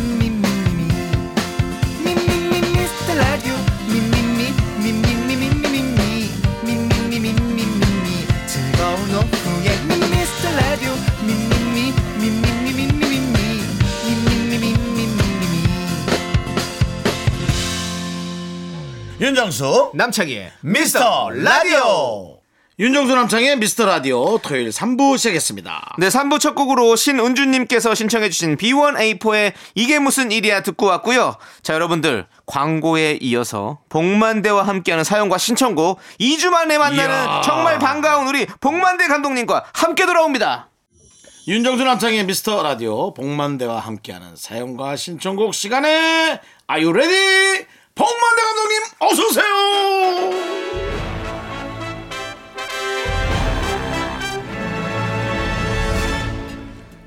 Speaker 7: 윤정수
Speaker 3: 남창희의
Speaker 7: 미스터 라디오
Speaker 3: 윤정수 남창희의 미스터 라디오 토요일 3부 시작했습니다.
Speaker 4: 네, 3부 첫 곡으로 신은주님께서 신청해주신 B1A4의 이게 무슨 일이야 듣고 왔고요. 자, 여러분들 광고에 이어서 복만대와 함께하는 사연과 신청곡 2주 만에 만나는
Speaker 3: 이야.
Speaker 4: 정말 반가운 우리 복만대 감독님과 함께 돌아옵니다.
Speaker 3: 윤정수 남창희의 미스터 라디오 복만대와 함께하는 사연과 신청곡 시간에 아유 레디 복만대 감독님 어서 오세요.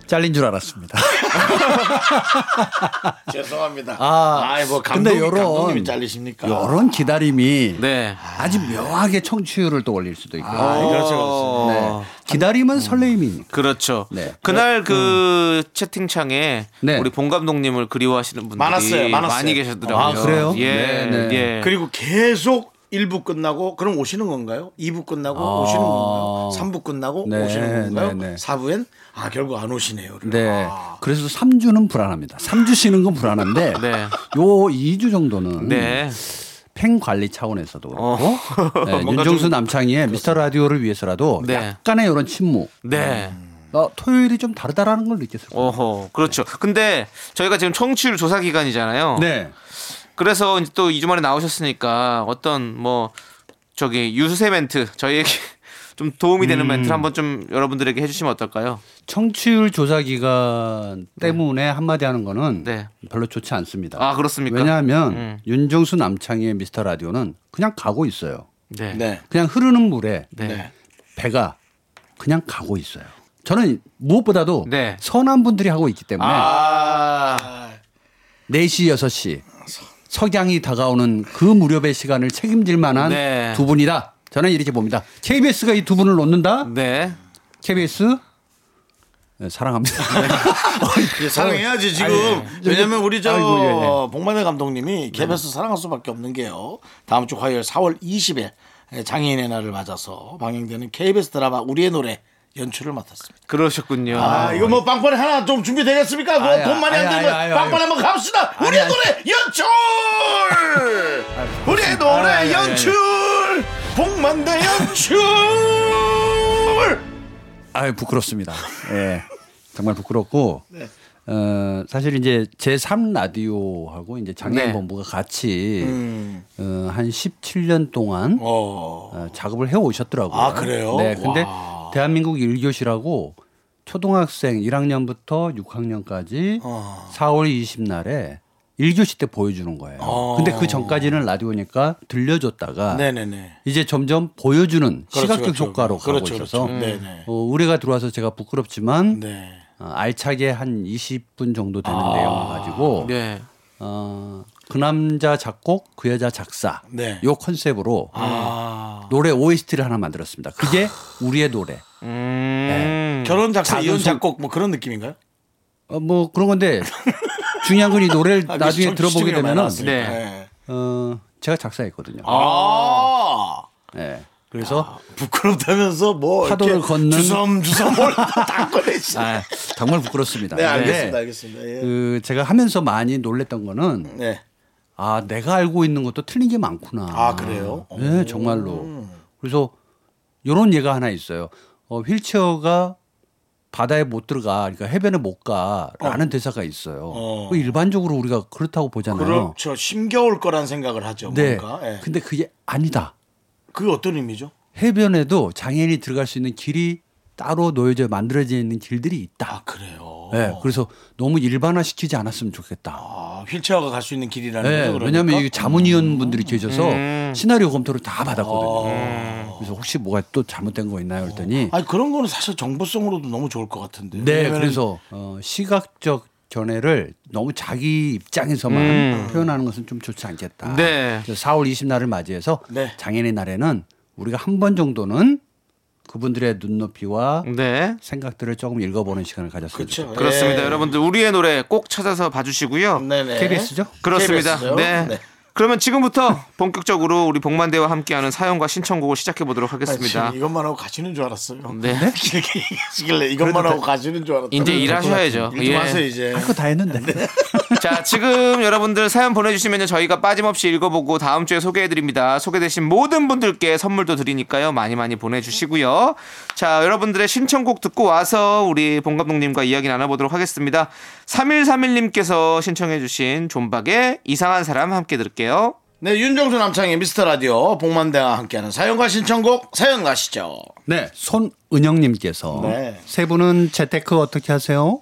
Speaker 7: 잘린 줄 알았습니다.
Speaker 3: 죄송합니다.
Speaker 7: 아,
Speaker 3: 아이, 뭐
Speaker 7: 근데
Speaker 3: 감독 이
Speaker 7: 요런-
Speaker 3: 감독님이 잘리십니까?
Speaker 7: 이런 기다림이
Speaker 4: 네.
Speaker 7: 아주 묘하게 청취율을 또 올릴 수도 있고
Speaker 4: 그렇죠.
Speaker 7: 네. 기다림은 설레임이니까.
Speaker 4: 그렇죠.
Speaker 7: 네.
Speaker 4: 그날 그 채팅창에
Speaker 7: 네.
Speaker 4: 우리 봉 감독님을 그리워하시는 분들이
Speaker 3: 많았어요, 많았어요.
Speaker 4: 많이 계셨더라고요.
Speaker 7: 아, 그래요?
Speaker 4: 예,
Speaker 7: 네, 네.
Speaker 4: 예.
Speaker 3: 그리고 계속 1부 끝나고 그럼 오시는 건가요? 2부 끝나고 오시는 건가요? 3부 끝나고
Speaker 7: 네,
Speaker 3: 오시는 건가요?
Speaker 7: 네, 네.
Speaker 3: 4부엔 아 결국 안 오시네요.
Speaker 7: 네.
Speaker 3: 아.
Speaker 7: 그래서 3주는 불안합니다. 3주 쉬는 건 불안한데
Speaker 4: 네.
Speaker 7: 요 2주 정도는
Speaker 4: 네.
Speaker 7: 팬 관리 차원에서도
Speaker 4: 어.
Speaker 7: 그렇고 네,
Speaker 4: 뭔가
Speaker 7: 윤정수
Speaker 4: 좀-
Speaker 7: 남창희의 미스터 라디오를 위해서라도
Speaker 4: 네.
Speaker 7: 약간의 이런 침묵.
Speaker 4: 네.
Speaker 7: 나 토요일이 좀 다르다라는 걸 느꼈을 거예요.
Speaker 4: 어허, 그렇죠. 근데 저희가 지금 청취율 조사 기간이잖아요.
Speaker 7: 네.
Speaker 4: 그래서 이제 또 2주 만에 나오셨으니까 어떤 뭐 저기 유수세 멘트 저희에게 좀 도움이 되는 멘트를 한번 좀 여러분들에게 해주시면 어떨까요?
Speaker 7: 청취율 조사 기간 때문에 한마디 하는 거는
Speaker 4: 네.
Speaker 7: 별로 좋지 않습니다.
Speaker 4: 아, 그렇습니까?
Speaker 7: 왜냐하면
Speaker 4: 음.
Speaker 7: 윤정수 남창희의 미스터 라디오는 그냥 가고 있어요.
Speaker 4: 네.
Speaker 3: 네.
Speaker 7: 그냥 흐르는 물에
Speaker 4: 네.
Speaker 7: 배가 그냥 가고 있어요. 저는 무엇보다도
Speaker 4: 네.
Speaker 7: 선한 분들이 하고 있기 때문에
Speaker 4: 아,
Speaker 7: 4시, 6시 석양이 다가오는 그 무렵의 시간을 책임질 만한
Speaker 4: 네.
Speaker 7: 두 분이다. 저는 이렇게 봅니다. KBS가 이 두 분을 놓는다?
Speaker 4: 네.
Speaker 7: KBS? 네, 사랑합니다.
Speaker 3: 이제 사랑해야지 지금 왜냐면 우리 저
Speaker 7: 예. 아이고, 예, 네. 예.
Speaker 3: 어, 복만의 감독님이 개별수 사랑할 수밖에 없는 게요 다음 주 화요일 4월 20일 장애인의 날을 맞아서 방영되는 KBS 드라마 우리의 노래 연출을 맡았습니다.
Speaker 4: 그러셨군요.
Speaker 3: 아, 이거 뭐 빵빠레 하나 좀 준비되겠습니까? 그거
Speaker 7: 예. 아야,
Speaker 3: 돈 많이 안
Speaker 7: 아야,
Speaker 3: 들면
Speaker 7: 아야, 아야,
Speaker 3: 빵빠레
Speaker 7: 아야.
Speaker 3: 한번 갑시다. 우리의
Speaker 7: 아니, 아니.
Speaker 3: 노래 연출. 우리의 노래
Speaker 7: 아야, 아야, 아야, 아야.
Speaker 3: 연출. 복만대 연출.
Speaker 7: 아유 부끄럽습니다. 예. 정말 부끄럽고.
Speaker 3: 네.
Speaker 7: 어, 사실 이제 제3 라디오하고 이제 장애인
Speaker 4: 네.
Speaker 7: 본부가 같이 어, 한 17년 동안
Speaker 3: 음. 어.
Speaker 7: 어, 작업을 해 오셨더라고요.
Speaker 3: 아, 그래요?
Speaker 7: 네. 근데
Speaker 3: 와.
Speaker 7: 대한민국 1교시라고 초등학생 1학년부터 6학년까지
Speaker 3: 어.
Speaker 7: 4월 20날에 1교시 때 보여주는 거예요.
Speaker 3: 어.
Speaker 7: 근데 그 전까지는 라디오니까 들려줬다가
Speaker 3: 네네네.
Speaker 7: 이제 점점 보여주는
Speaker 3: 그렇죠,
Speaker 7: 시각적
Speaker 3: 그렇죠.
Speaker 7: 효과로
Speaker 3: 그렇죠,
Speaker 7: 가고 있어서
Speaker 3: 그렇죠. 네네.
Speaker 7: 어, 우리가 들어와서 제가 부끄럽지만
Speaker 3: 네. 아.
Speaker 7: 어, 알차게 한 20분 정도 되는 내용을 가지고
Speaker 4: 네.
Speaker 7: 어, 그 남자 작곡 그 여자 작사
Speaker 3: 네.
Speaker 7: 요 컨셉으로
Speaker 3: 아.
Speaker 7: 노래 OST를 하나 만들었습니다. 그게 우리의 노래.
Speaker 4: 음.
Speaker 3: 결혼 작사,
Speaker 7: 작은
Speaker 3: 이혼
Speaker 7: 손-
Speaker 3: 작곡 뭐 그런 느낌인가요?
Speaker 7: 어, 뭐 그런 건데 중요한 건 이 노래를
Speaker 3: 아,
Speaker 7: 나중에
Speaker 3: 좀
Speaker 7: 들어보게 네.
Speaker 3: 시중에 많이 네.
Speaker 7: 되면은
Speaker 3: 나왔으니까.
Speaker 4: 네.
Speaker 3: 예.
Speaker 7: 어, 제가 작사했거든요.
Speaker 3: 아.
Speaker 7: 예. 그래서
Speaker 3: 부끄럽다면서 뭐
Speaker 7: 파도를
Speaker 3: 이렇게
Speaker 7: 걷는-
Speaker 3: 주섬주섬 딱 꺼내시.
Speaker 7: 아, 정말 부끄럽습니다.
Speaker 3: 네 알겠습니다,
Speaker 7: 근데
Speaker 3: 알겠습니다. 예.
Speaker 7: 그 제가 하면서 많이 놀랬던 거는
Speaker 3: 네.
Speaker 7: 아 내가 알고 있는 것도 틀린 게 많구나.
Speaker 3: 아, 그래요?
Speaker 7: 네, 정말로. 그래서 이런 예가 하나 있어요. 어, 휠체어가 바다에 못 들어가, 그러니까 해변에 못 가라는 대사가 있어요.
Speaker 3: 어.
Speaker 7: 그 일반적으로 우리가 그렇다고 보잖아요.
Speaker 3: 그렇죠. 심겨울 거란 생각을 하죠.
Speaker 7: 네.
Speaker 3: 뭔가. 예.
Speaker 7: 근데 그게 아니다.
Speaker 3: 그게 어떤 의미죠?
Speaker 7: 해변에도 장애인이 들어갈 수 있는 길이 따로 놓여져 만들어져 있는 길들이 있다.
Speaker 3: 아 그래요.
Speaker 7: 네, 그래서 너무 일반화시키지 않았으면 좋겠다.
Speaker 3: 아, 휠체어가 갈 수 있는 길이라는
Speaker 7: 네,
Speaker 3: 거죠. 그러니까? 음.
Speaker 7: 왜냐하면 이 자문위원분들이 계셔서 시나리오 검토를 다
Speaker 3: 아. 어,
Speaker 7: 받았거든요. 그래서 혹시 뭐가 또 잘못된 거 있나요? 그랬더니
Speaker 3: 아니 그런 거는 사실 정보성으로도 너무 좋을 것 같은데.
Speaker 7: 네,
Speaker 3: 왜냐면은
Speaker 7: 그래서 어, 시각적 견해를 너무 자기 입장에서만
Speaker 3: 음.
Speaker 7: 표현하는 것은 좀 좋지 않겠다.
Speaker 4: 네.
Speaker 7: 그래서 4월 20날을 맞이해서
Speaker 3: 네.
Speaker 7: 장애인의 날에는 우리가 한 번 정도는 그분들의 눈높이와
Speaker 4: 네.
Speaker 7: 생각들을 조금 읽어보는 시간을 가졌으면
Speaker 3: 음. 그렇죠.
Speaker 7: 좋겠다.
Speaker 4: 그렇습니다.
Speaker 3: 예.
Speaker 4: 여러분들 우리의 노래 꼭 찾아서 봐주시고요.
Speaker 3: 네네.
Speaker 7: KBS죠?
Speaker 4: 그렇습니다.
Speaker 3: KBS 죠?
Speaker 4: 네.
Speaker 3: 네.
Speaker 4: 그러면 지금부터 본격적으로 우리 복만대와 함께하는 사연과 신청곡을 시작해 보도록
Speaker 3: 아, 지금
Speaker 4: 하겠습니다.
Speaker 3: 이것만 하고 가시는 줄 알았어요.
Speaker 4: 네.
Speaker 3: 길게 얘기하시길래 이것만 하고 가시는 줄 알았다.
Speaker 4: 이제 일하셔야죠. 예.
Speaker 3: 일좀 하세요 이제.
Speaker 7: 할 거 다 했는데.
Speaker 3: 네.
Speaker 4: 자, 지금 여러분들 사연 보내주시면 저희가 빠짐없이 읽어보고 다음 주에 소개해드립니다. 소개되신 모든 분들께 선물도 드리니까요. 많이 많이 보내주시고요. 자, 여러분들의 신청곡 듣고 와서 우리 봉 감독님과 이야기 나눠보도록 하겠습니다. 3131님께서 신청해주신 존박의 이상한 사람 함께 들을게요.
Speaker 3: 네, 윤정수 남창의 미스터 라디오 복만대와 함께하는 사연과 신청곡 사연 가시죠.
Speaker 7: 네, 손은영님께서
Speaker 3: 네.
Speaker 7: 세 분은 재테크 어떻게 하세요?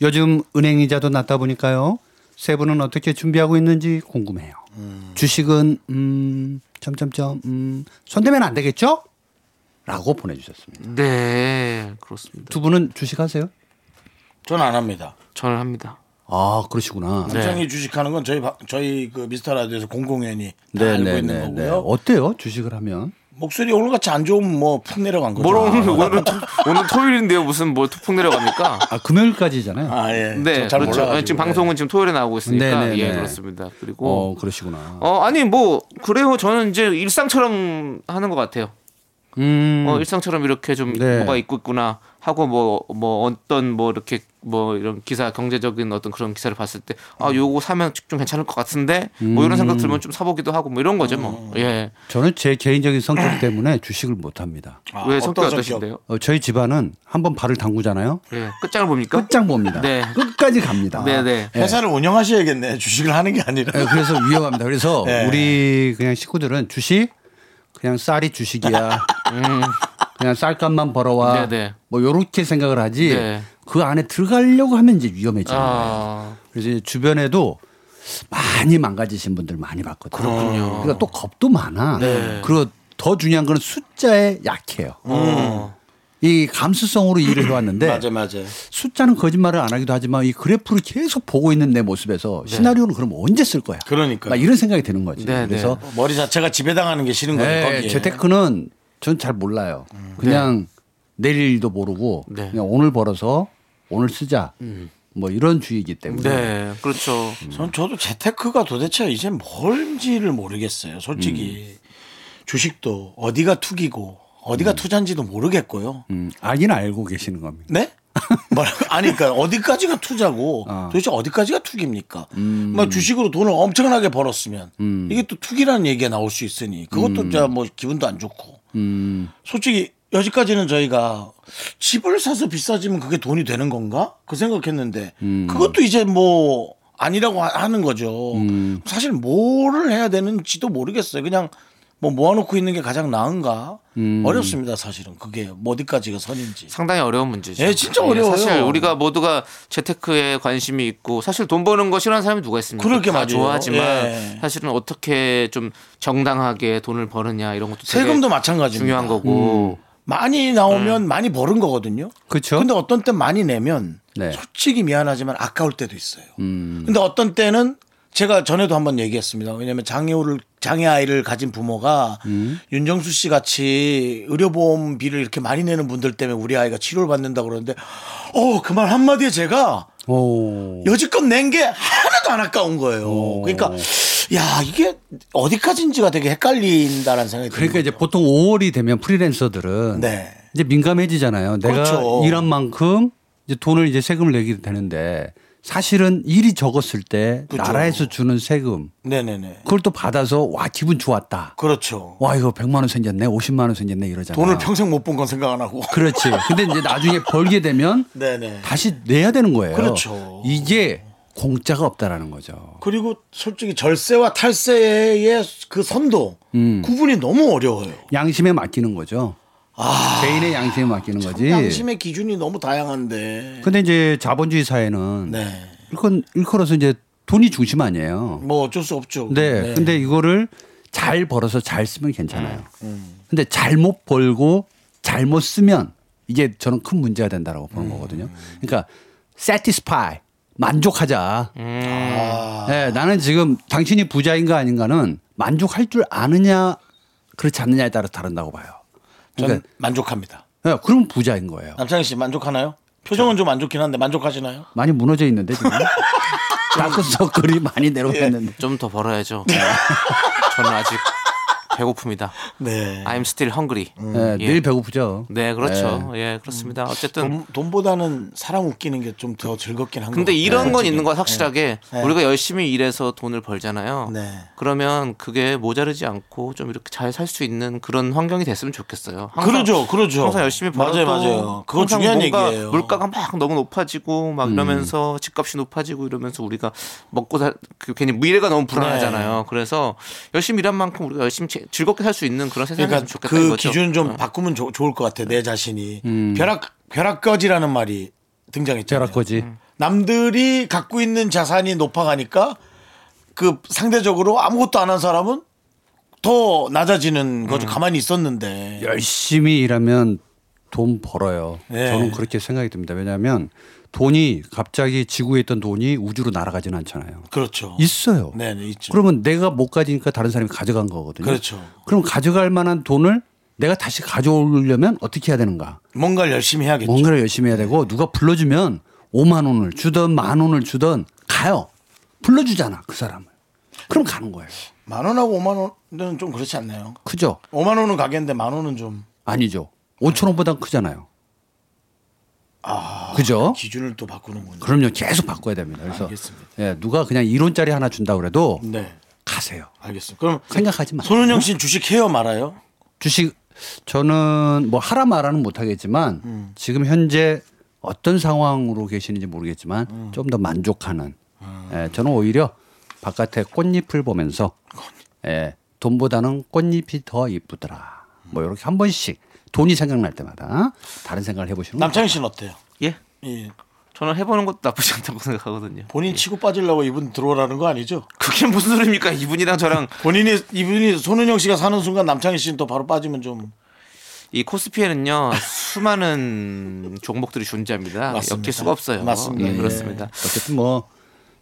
Speaker 7: 요즘 은행 이자도 낮다 보니까요. 세 분은 어떻게 준비하고 있는지 궁금해요. 주식은 음 점점점 음 손대면 안 되겠죠? 라고 보내주셨습니다.
Speaker 4: 네, 그렇습니다.
Speaker 7: 두 분은 주식하세요?
Speaker 3: 저는 안 합니다.
Speaker 4: 저는 합니다.
Speaker 7: 아 그러시구나.
Speaker 4: 네.
Speaker 3: 남창이 주식하는 건 저희 바- 저희 그 미스터 라디오에서 공공연히 다
Speaker 4: 네,
Speaker 7: 네,
Speaker 3: 알고 있는 거고요.
Speaker 7: 어때요? 주식을 하면
Speaker 3: 목소리 오늘같이 안 좋으면 뭐푹 내려간 거죠. 아,
Speaker 4: 뭘 오늘, 오늘, 토, 오늘 토요일인데요. 무슨 뭐 투풍 내려갑니까?
Speaker 7: 아 금요일까지잖아요.
Speaker 3: 아 예.
Speaker 4: 네,
Speaker 3: 잘
Speaker 4: 그렇죠.
Speaker 3: 몰라.
Speaker 4: 지금 방송은 지금 토요일에 나오고 있으니까
Speaker 7: 네, 네,
Speaker 4: 예
Speaker 7: 네.
Speaker 4: 그렇습니다. 그리고
Speaker 7: 어 그러시구나.
Speaker 4: 어 아니 뭐 그래요 저는 이제 일상처럼 하는 것 같아요.
Speaker 7: 음
Speaker 4: 어 일상처럼 이렇게 좀
Speaker 7: 네.
Speaker 4: 뭐가 있고 있구나 하고 뭐 뭐 어떤 뭐 이렇게 뭐 이런 기사 경제적인 어떤 그런 기사를 봤을 때 아 요거 사면 좀 괜찮을 것 같은데 뭐 이런 생각 들면 좀 사보기도 하고 뭐 이런 거죠 뭐 예.
Speaker 7: 저는 제 개인적인 성격 때문에 주식을 못 합니다.
Speaker 3: 아,
Speaker 4: 왜
Speaker 3: 어떤
Speaker 4: 성격
Speaker 3: 성격?
Speaker 4: 어떠신데요?
Speaker 7: 어, 저희 집안은 한번 발을 담그잖아요.
Speaker 4: 예. 끝장을 봅니까?
Speaker 7: 끝장 봅니다.
Speaker 4: 네.
Speaker 7: 끝까지 갑니다.
Speaker 4: 네, 네.
Speaker 3: 회사를 운영하셔야겠네. 주식을 하는 게 아니라.
Speaker 7: 네, 그래서 위험합니다. 그래서
Speaker 3: 네.
Speaker 7: 우리 그냥 식구들은 주식 그냥 쌀이 주식이야. 음. 그냥 쌀값만 벌어와.
Speaker 4: 음. 네, 네.
Speaker 7: 뭐 요렇게 생각을 하지.
Speaker 4: 네.
Speaker 7: 그 안에 들어가려고 하면 이제 위험해지잖아요.
Speaker 4: 아
Speaker 7: 그래서 이제 주변에도 많이 망가지신 분들 많이 봤거든요. 그렇군요. 그러니까 또 겁도 많아.
Speaker 4: 네.
Speaker 7: 그리고 더 중요한 거는 숫자에 약해요.
Speaker 4: 음.
Speaker 7: 이 감수성으로 일을
Speaker 4: 네.
Speaker 7: 해왔는데
Speaker 3: 맞아 맞아.
Speaker 7: 숫자는 거짓말을 안 하기도 하지만 이 그래프를 계속 보고 있는 내 모습에서 시나리오는 그럼 언제 쓸 거야?
Speaker 3: 네. 그러니까요.
Speaker 7: 막 이런 생각이 드는 거지.
Speaker 4: 네,
Speaker 7: 그래서
Speaker 3: 머리 자체가 지배당하는 게 싫은 거예요. 음.
Speaker 7: 네,
Speaker 3: 거기에.
Speaker 7: 재테크는 전 잘 몰라요. 그냥
Speaker 3: 네.
Speaker 7: 내일 일도 모르고
Speaker 4: 네.
Speaker 7: 그냥 오늘 벌어서 오늘 쓰자.
Speaker 3: 음.
Speaker 7: 뭐 이런 주의이기 때문에
Speaker 4: 네, 그렇죠.
Speaker 3: 전 저도 재테크가 도대체 이제 뭘지를 모르겠어요. 솔직히
Speaker 7: 음.
Speaker 3: 주식도 어디가 투기고 어디가 투자인지도 모르겠고요.
Speaker 7: 음, 알긴 알고 계시는 겁니다.
Speaker 3: 네? 뭐라고? 아니, 그러니까 어디까지가 투자고
Speaker 7: 아.
Speaker 3: 도대체 어디까지가 투기입니까?
Speaker 7: 음.
Speaker 3: 뭐 주식으로 돈을 엄청나게 벌었으면 이게 또 투기라는 얘기가 나올 수 있으니 그것도
Speaker 7: 음.
Speaker 3: 제뭐 기분도 안 좋고 솔직히 여기까지는 저희가 집을 사서 비싸지면 그게 돈이 되는 건가? 그 생각했는데
Speaker 4: 음.
Speaker 3: 그것도 이제 뭐 아니라고 하- 하는 거죠.
Speaker 4: 음.
Speaker 3: 사실 뭐를 해야 되는지도 모르겠어요. 그냥 뭐 모아놓고 있는 게 가장 나은가?
Speaker 4: 음.
Speaker 3: 어렵습니다, 사실은. 그게 뭐 어디까지가 선인지.
Speaker 4: 상당히 어려운 문제죠.
Speaker 3: 예, 진짜 어려워요.
Speaker 4: 사실 우리가 모두가 재테크에 관심이 있고 사실 돈 버는 거 싫어하는 사람이 누가 있습니까?
Speaker 3: 그러게
Speaker 4: 다
Speaker 3: 말이에요.
Speaker 4: 좋아하지만
Speaker 3: 예.
Speaker 4: 사실은 어떻게 좀 정당하게 돈을 버느냐 이런 것도 되게
Speaker 3: 세금도 음. 마찬가지입니다.
Speaker 4: 중요한 거고. 네.
Speaker 3: 많이 나오면 많이 버는 거거든요.
Speaker 7: 그쵸.
Speaker 3: 근데 어떤 때 많이 내면
Speaker 7: 그렇죠. 네. 음.
Speaker 3: 솔직히 미안하지만 아까울 때도 있어요. 근데 어떤 때는 제가 전에도 한번 얘기했습니다. 왜냐하면 장애우를 장애 아이를 가진 부모가
Speaker 7: 음.
Speaker 3: 윤정수 씨 같이 의료보험비를 이렇게 많이 내는 분들 때문에 우리 아이가 치료를 받는다 그러는데 어 그 말 한마디에 제가
Speaker 7: 오.
Speaker 3: 여지껏 낸 게 하나도 안 아까운 거예요. 그러니까 야 이게 어디까지인지가 되게 헷갈린다라는 생각이
Speaker 7: 그러니까
Speaker 3: 드는
Speaker 7: 이제
Speaker 3: 거죠.
Speaker 7: 보통 5월이 되면 프리랜서들은
Speaker 3: 네.
Speaker 7: 이제 민감해지잖아요. 내가
Speaker 3: 그렇죠.
Speaker 7: 일한 만큼 이제 돈을 이제 세금을 내게 되는데 사실은 일이 적었을 때
Speaker 3: 그죠.
Speaker 7: 나라에서 주는 세금
Speaker 3: 네네네
Speaker 7: 그걸 또 받아서 와 기분 좋았다.
Speaker 3: 그렇죠
Speaker 7: 와 이거 100만 원 생겼네. 50만 원 생겼네 이러잖아요.
Speaker 3: 돈을 평생 못 본 건 생각 안 하고
Speaker 7: 그렇지. 근데 이제 나중에 벌게 되면
Speaker 3: 네네
Speaker 7: 다시 내야 되는 거예요.
Speaker 3: 그렇죠.
Speaker 7: 이게 공짜가 없다라는 거죠.
Speaker 3: 그리고 솔직히 절세와 탈세의 그 선도
Speaker 7: 음.
Speaker 3: 구분이 너무 어려워요
Speaker 7: 양심에 맡기는 거죠. 개인의 양심에 맡기는 거지.
Speaker 3: 아. 양심의 기준이 너무 다양한데
Speaker 7: 근데 이제 자본주의 사회는
Speaker 3: 네.
Speaker 7: 일컬, 일컬어서 이제 돈이 중심 아니에요.
Speaker 3: 뭐 어쩔 수 없죠
Speaker 7: 네. 근데 이거를 잘 벌어서 잘 쓰면 괜찮아요.
Speaker 4: 음.
Speaker 7: 근데 잘못 벌고 잘못 쓰면 이게 저는 큰 문제가 된다라고 보는
Speaker 4: 음.
Speaker 7: 거거든요. 그러니까 satisfy 만족하자.
Speaker 4: 음.
Speaker 3: 아,
Speaker 7: 네, 나는 지금 당신이 부자인가 아닌가는 만족할 줄 아느냐 그렇지 않느냐에 따라 다른다고 봐요.
Speaker 3: 저는
Speaker 7: 그러니까
Speaker 3: 만족합니다
Speaker 7: 네, 그럼 부자인 거예요.
Speaker 3: 남창희 씨 만족하나요? 표정은 좀 안 좋긴 한데 만족하시나요?
Speaker 7: 많이 무너져 있는데 지금 다크서클이 많이
Speaker 4: 예.
Speaker 7: 내려오겠는데.
Speaker 4: 좀 더 벌어야죠. 네. 저는 아직 배고픕니다.
Speaker 3: 네.
Speaker 4: I'm still hungry.
Speaker 7: 네,
Speaker 4: 예.
Speaker 7: 늘 배고프죠.
Speaker 4: 네, 그렇죠. 예,
Speaker 3: 음.
Speaker 4: 그렇습니다. 어쨌든
Speaker 3: 돈, 돈보다는 사람 웃기는 게 좀 더 즐겁긴 한
Speaker 4: 음. 근데
Speaker 3: 것
Speaker 4: 이런
Speaker 3: 같아요.
Speaker 4: 건 있는 거 확실하게
Speaker 3: 네.
Speaker 4: 우리가 열심히 일해서 돈을 벌잖아요.
Speaker 3: 네.
Speaker 4: 그러면 그게 모자르지 않고 좀 이렇게 잘 살 수 있는 그런 환경이 됐으면 좋겠어요.
Speaker 3: 그러죠, 그러죠.
Speaker 4: 항상 열심히
Speaker 3: 맞아요,
Speaker 4: 벌어도
Speaker 3: 맞아요. 그건
Speaker 4: 항상
Speaker 3: 중요한
Speaker 4: 뭔가
Speaker 3: 얘기예요. 음.
Speaker 4: 물가가 막 너무 높아지고 막 이러면서 집값이 높아지고 이러면서 우리가 먹고 살, 그 괜히 미래가 너무 불안하잖아요.
Speaker 3: 네.
Speaker 4: 그래서 열심히 일한 만큼 우리가 열심히 제- 즐겁게 살 수 있는 그런 세상이
Speaker 3: 그러니까
Speaker 4: 됐으면 좋겠다
Speaker 3: 그
Speaker 4: 이거죠.
Speaker 3: 기준 좀
Speaker 4: 어.
Speaker 3: 바꾸면 조- 좋을 것 같아
Speaker 7: 네.
Speaker 3: 내 자신이 벼락 벼락거지라는 말이 등장했잖아요.
Speaker 7: 음. 벼락거지.
Speaker 3: 남들이 갖고 있는 자산이 높아가니까 그 상대적으로 아무것도 안 한 사람은 더 낮아지는
Speaker 7: 음.
Speaker 3: 거죠. 가만히 있었는데.
Speaker 7: 열심히 일하면 돈 벌어요.
Speaker 3: 네.
Speaker 7: 저는 그렇게 생각이 듭니다. 왜냐하면 돈이 갑자기 지구에 있던 돈이 우주로 날아가지는 않잖아요.
Speaker 3: 그렇죠.
Speaker 7: 있어요.
Speaker 3: 네, 네, 있죠.
Speaker 7: 그러면 내가 못 가지니까 다른 사람이 가져간 거거든요.
Speaker 3: 그렇죠.
Speaker 7: 그럼 가져갈 만한 돈을 내가 다시 가져오려면 어떻게 해야 되는가?
Speaker 3: 뭔가를 열심히 해야겠죠.
Speaker 7: 뭔가를 열심히 해야 되고 누가 불러주면 5만 원을 주든 만 원을 주든 가요. 불러주잖아 그 사람을. 그럼 가는 거예요.
Speaker 3: 만 원하고 오만 원은 좀 그렇지 않나요?
Speaker 7: 크죠?
Speaker 3: 오만 원은 가겠는데 만 원은 좀
Speaker 7: 아니죠. 5천 원보단 크잖아요. 그죠?
Speaker 3: 아, 기준을 또 바꾸는군요.
Speaker 7: 그럼요. 계속 바꿔야 됩니다. 그래서
Speaker 3: 알겠습니다.
Speaker 7: 예, 누가 그냥 1원짜리 하나 준다 그래도
Speaker 3: 네,
Speaker 7: 가세요.
Speaker 3: 알겠습니다. 그럼
Speaker 7: 생각하지 마.
Speaker 3: 손은영 씨는 주식 해요 말아요?
Speaker 7: 주식 저는 뭐 하라 말하는 못 하겠지만
Speaker 3: 음.
Speaker 7: 지금 현재 어떤 상황으로 계시는지 모르겠지만
Speaker 3: 음.
Speaker 7: 좀 더 만족하는
Speaker 3: 아.
Speaker 7: 예, 저는 오히려 바깥에 꽃잎을 보면서 예, 돈보다는 꽃잎이 더 이쁘더라. 뭐 이렇게 한 번씩 돈이 생각날 때마다 다른 생각을 해 보시는
Speaker 3: 남창희 씨는 어때요?
Speaker 4: 예.
Speaker 3: 예.
Speaker 4: 저는 해보는 것도 나쁘지 않다고 생각하거든요.
Speaker 3: 본인 치고 빠지려고 이분 들어오라는 거 아니죠?
Speaker 4: 그게 무슨 소리입니까? 이분이랑 저랑
Speaker 3: 본인이 이분이 손은영 씨가 사는 순간 남창희 씨는 또 바로 빠지면 좀
Speaker 4: 이 코스피에는요 수많은 종목들이 존재합니다.
Speaker 3: 맞습니다.
Speaker 4: 엮일 수가 없어요.
Speaker 3: 맞습니다.
Speaker 4: 예,
Speaker 3: 예.
Speaker 4: 그렇습니다.
Speaker 7: 어쨌든 뭐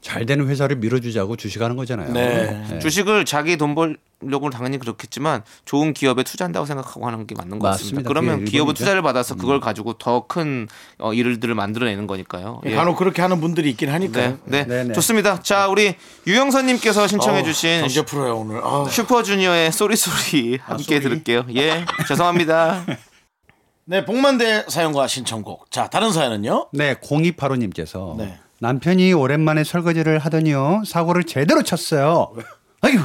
Speaker 7: 잘 되는 회사를 밀어주자고 주식하는 거잖아요.
Speaker 3: 네.
Speaker 7: 예.
Speaker 4: 주식을 자기 돈 벌려고 당연히 그렇겠지만 좋은 기업에 투자한다고 생각하고 하는 게 맞는 것 같습니다.
Speaker 7: 맞습니다.
Speaker 4: 그러면
Speaker 7: 그게
Speaker 4: 기업은
Speaker 7: 일본이죠.
Speaker 4: 투자를 받아서 그걸 가지고 더 큰 어, 일들을 만들어내는 거니까요. 예.
Speaker 3: 간혹 그렇게 하는 분들이 있긴 하니까요.
Speaker 4: 네, 네.
Speaker 7: 네, 네.
Speaker 4: 좋습니다. 자, 우리 유영선님께서 신청해주신
Speaker 3: 경제 프로야 오늘. 아,
Speaker 4: 슈퍼주니어의 쏘리쏘리 함께 들을게요. 예, 죄송합니다.
Speaker 3: 네, 복만대 사연과 신청곡. 자, 다른 사연은요?
Speaker 7: 네, 0285님께서
Speaker 3: 네.
Speaker 7: 남편이 오랜만에 설거지를 하더니요 사고를 제대로 쳤어요. 아휴,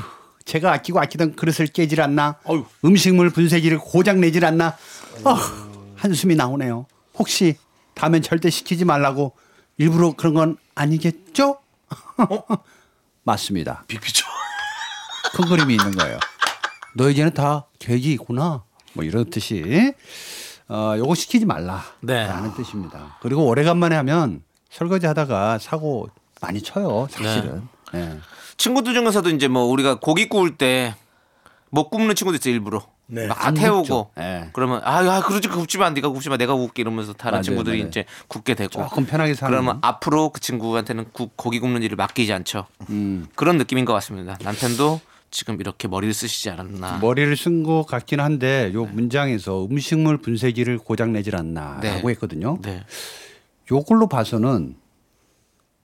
Speaker 7: 제가 아끼고 아끼던 그릇을 깨질 않나,
Speaker 3: 어휴.
Speaker 7: 음식물 분쇄기를 고장 내질 않나, 어, 한숨이 나오네요. 혹시 다음엔 절대 시키지 말라고 일부러 그런 건 아니겠죠?
Speaker 3: 어?
Speaker 7: 맞습니다.
Speaker 3: 빅피처.
Speaker 7: 큰 그림이 있는 거예요. 너에게는 다 계획이 있구나. 뭐 이런 뜻이 어, 요거 시키지 말라.
Speaker 3: 네.
Speaker 7: 라는 뜻입니다. 그리고 오래간만에 하면 설거지 하다가 사고 많이 쳐요. 사실은. 네.
Speaker 4: 친구들 중에서도 이제 뭐 우리가 고기 구울 때 못 굽는 친구도 있어 일부러
Speaker 3: 네.
Speaker 4: 막
Speaker 7: 안
Speaker 4: 태우고
Speaker 7: 굽죠. 예.
Speaker 4: 그러면 아, 야 그러지 굽지 마 네가 굽지 마 내가 굽게 이러면서 다른
Speaker 7: 맞아요,
Speaker 4: 친구들이
Speaker 7: 맞아요.
Speaker 4: 이제 굽게 되고
Speaker 7: 조금 편하게 사는.
Speaker 4: 그러면 앞으로 그 친구한테는 구- 고기 굽는 일을 맡기지 않죠
Speaker 7: 음.
Speaker 4: 그런 느낌인 것 같습니다 남편도 지금 이렇게 머리를 쓰시지 않았나
Speaker 7: 머리를 쓴 것 같긴 한데 요 문장에서 음식물 분쇄기를 고장 내질 않나라고
Speaker 4: 네.
Speaker 7: 했거든요.
Speaker 4: 네.
Speaker 7: 요걸로 봐서는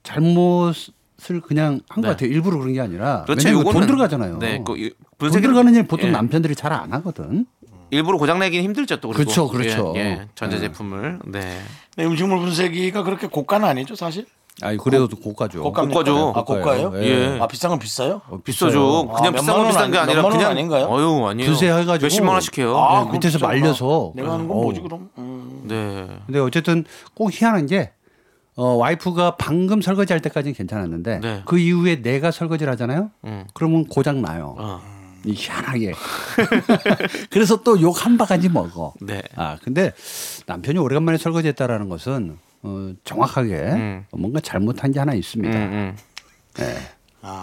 Speaker 7: 잘못 값을 그냥 한 것 같아요. 일부러 그런 게 아니라
Speaker 4: 네. 그렇죠.
Speaker 7: 왜냐면
Speaker 4: 요거는
Speaker 7: 돈 들어가잖아요.
Speaker 4: 네, 그 이-
Speaker 7: 돈
Speaker 4: 분석이-
Speaker 7: 들어가는 일 보통
Speaker 4: 예.
Speaker 7: 남편들이 잘 안 하거든.
Speaker 4: 일부러 고장 내긴 힘들죠 또 그리고.
Speaker 7: 그렇죠, 그렇죠.
Speaker 4: 예, 예. 전자 제품을 네.
Speaker 3: 네, 음식물 분쇄기가 그렇게 고가는 아니죠, 사실?
Speaker 7: 아니 그래도 어, 고가죠.
Speaker 3: 고가입니까?
Speaker 4: 어, 고가죠.
Speaker 3: 아, 고가예요?
Speaker 4: 예.
Speaker 3: 아, 비싼 건 비싸요?
Speaker 7: 어,
Speaker 4: 비싸죠.
Speaker 3: 아,
Speaker 4: 그냥
Speaker 3: 몇만
Speaker 4: 비싼 건
Speaker 3: 원
Speaker 4: 비싼 게
Speaker 3: 아니-
Speaker 4: 아니라
Speaker 3: 몇만 원
Speaker 4: 그냥
Speaker 3: 아닌가요?
Speaker 4: 어유 아니에요.
Speaker 7: 분쇄 해가지고
Speaker 4: 몇십만 원씩 해요.
Speaker 7: 아,
Speaker 3: 그럼
Speaker 7: 밑에서
Speaker 3: 비싸구나.
Speaker 7: 말려서.
Speaker 3: 내가 하는 건
Speaker 7: 어.
Speaker 3: 뭐지, 그럼? 음.
Speaker 4: 네.
Speaker 7: 근데 어쨌든 꼭 희한한 게 어, 와이프가 방금 설거지 할 때까지는 괜찮았는데
Speaker 4: 네.
Speaker 7: 그 이후에 내가 설거지를 하잖아요.
Speaker 4: 음.
Speaker 7: 그러면 고장 나요.
Speaker 4: 아,
Speaker 7: 이 희한하게. 그래서 또 욕 한 바가지 먹어.
Speaker 4: 네.
Speaker 7: 아 근데 남편이 오래간만에 설거지했다라는 것은 어, 정확하게
Speaker 4: 음.
Speaker 7: 뭔가 잘못한 게 하나
Speaker 4: 음,
Speaker 7: 있습니다. 예.
Speaker 4: 음.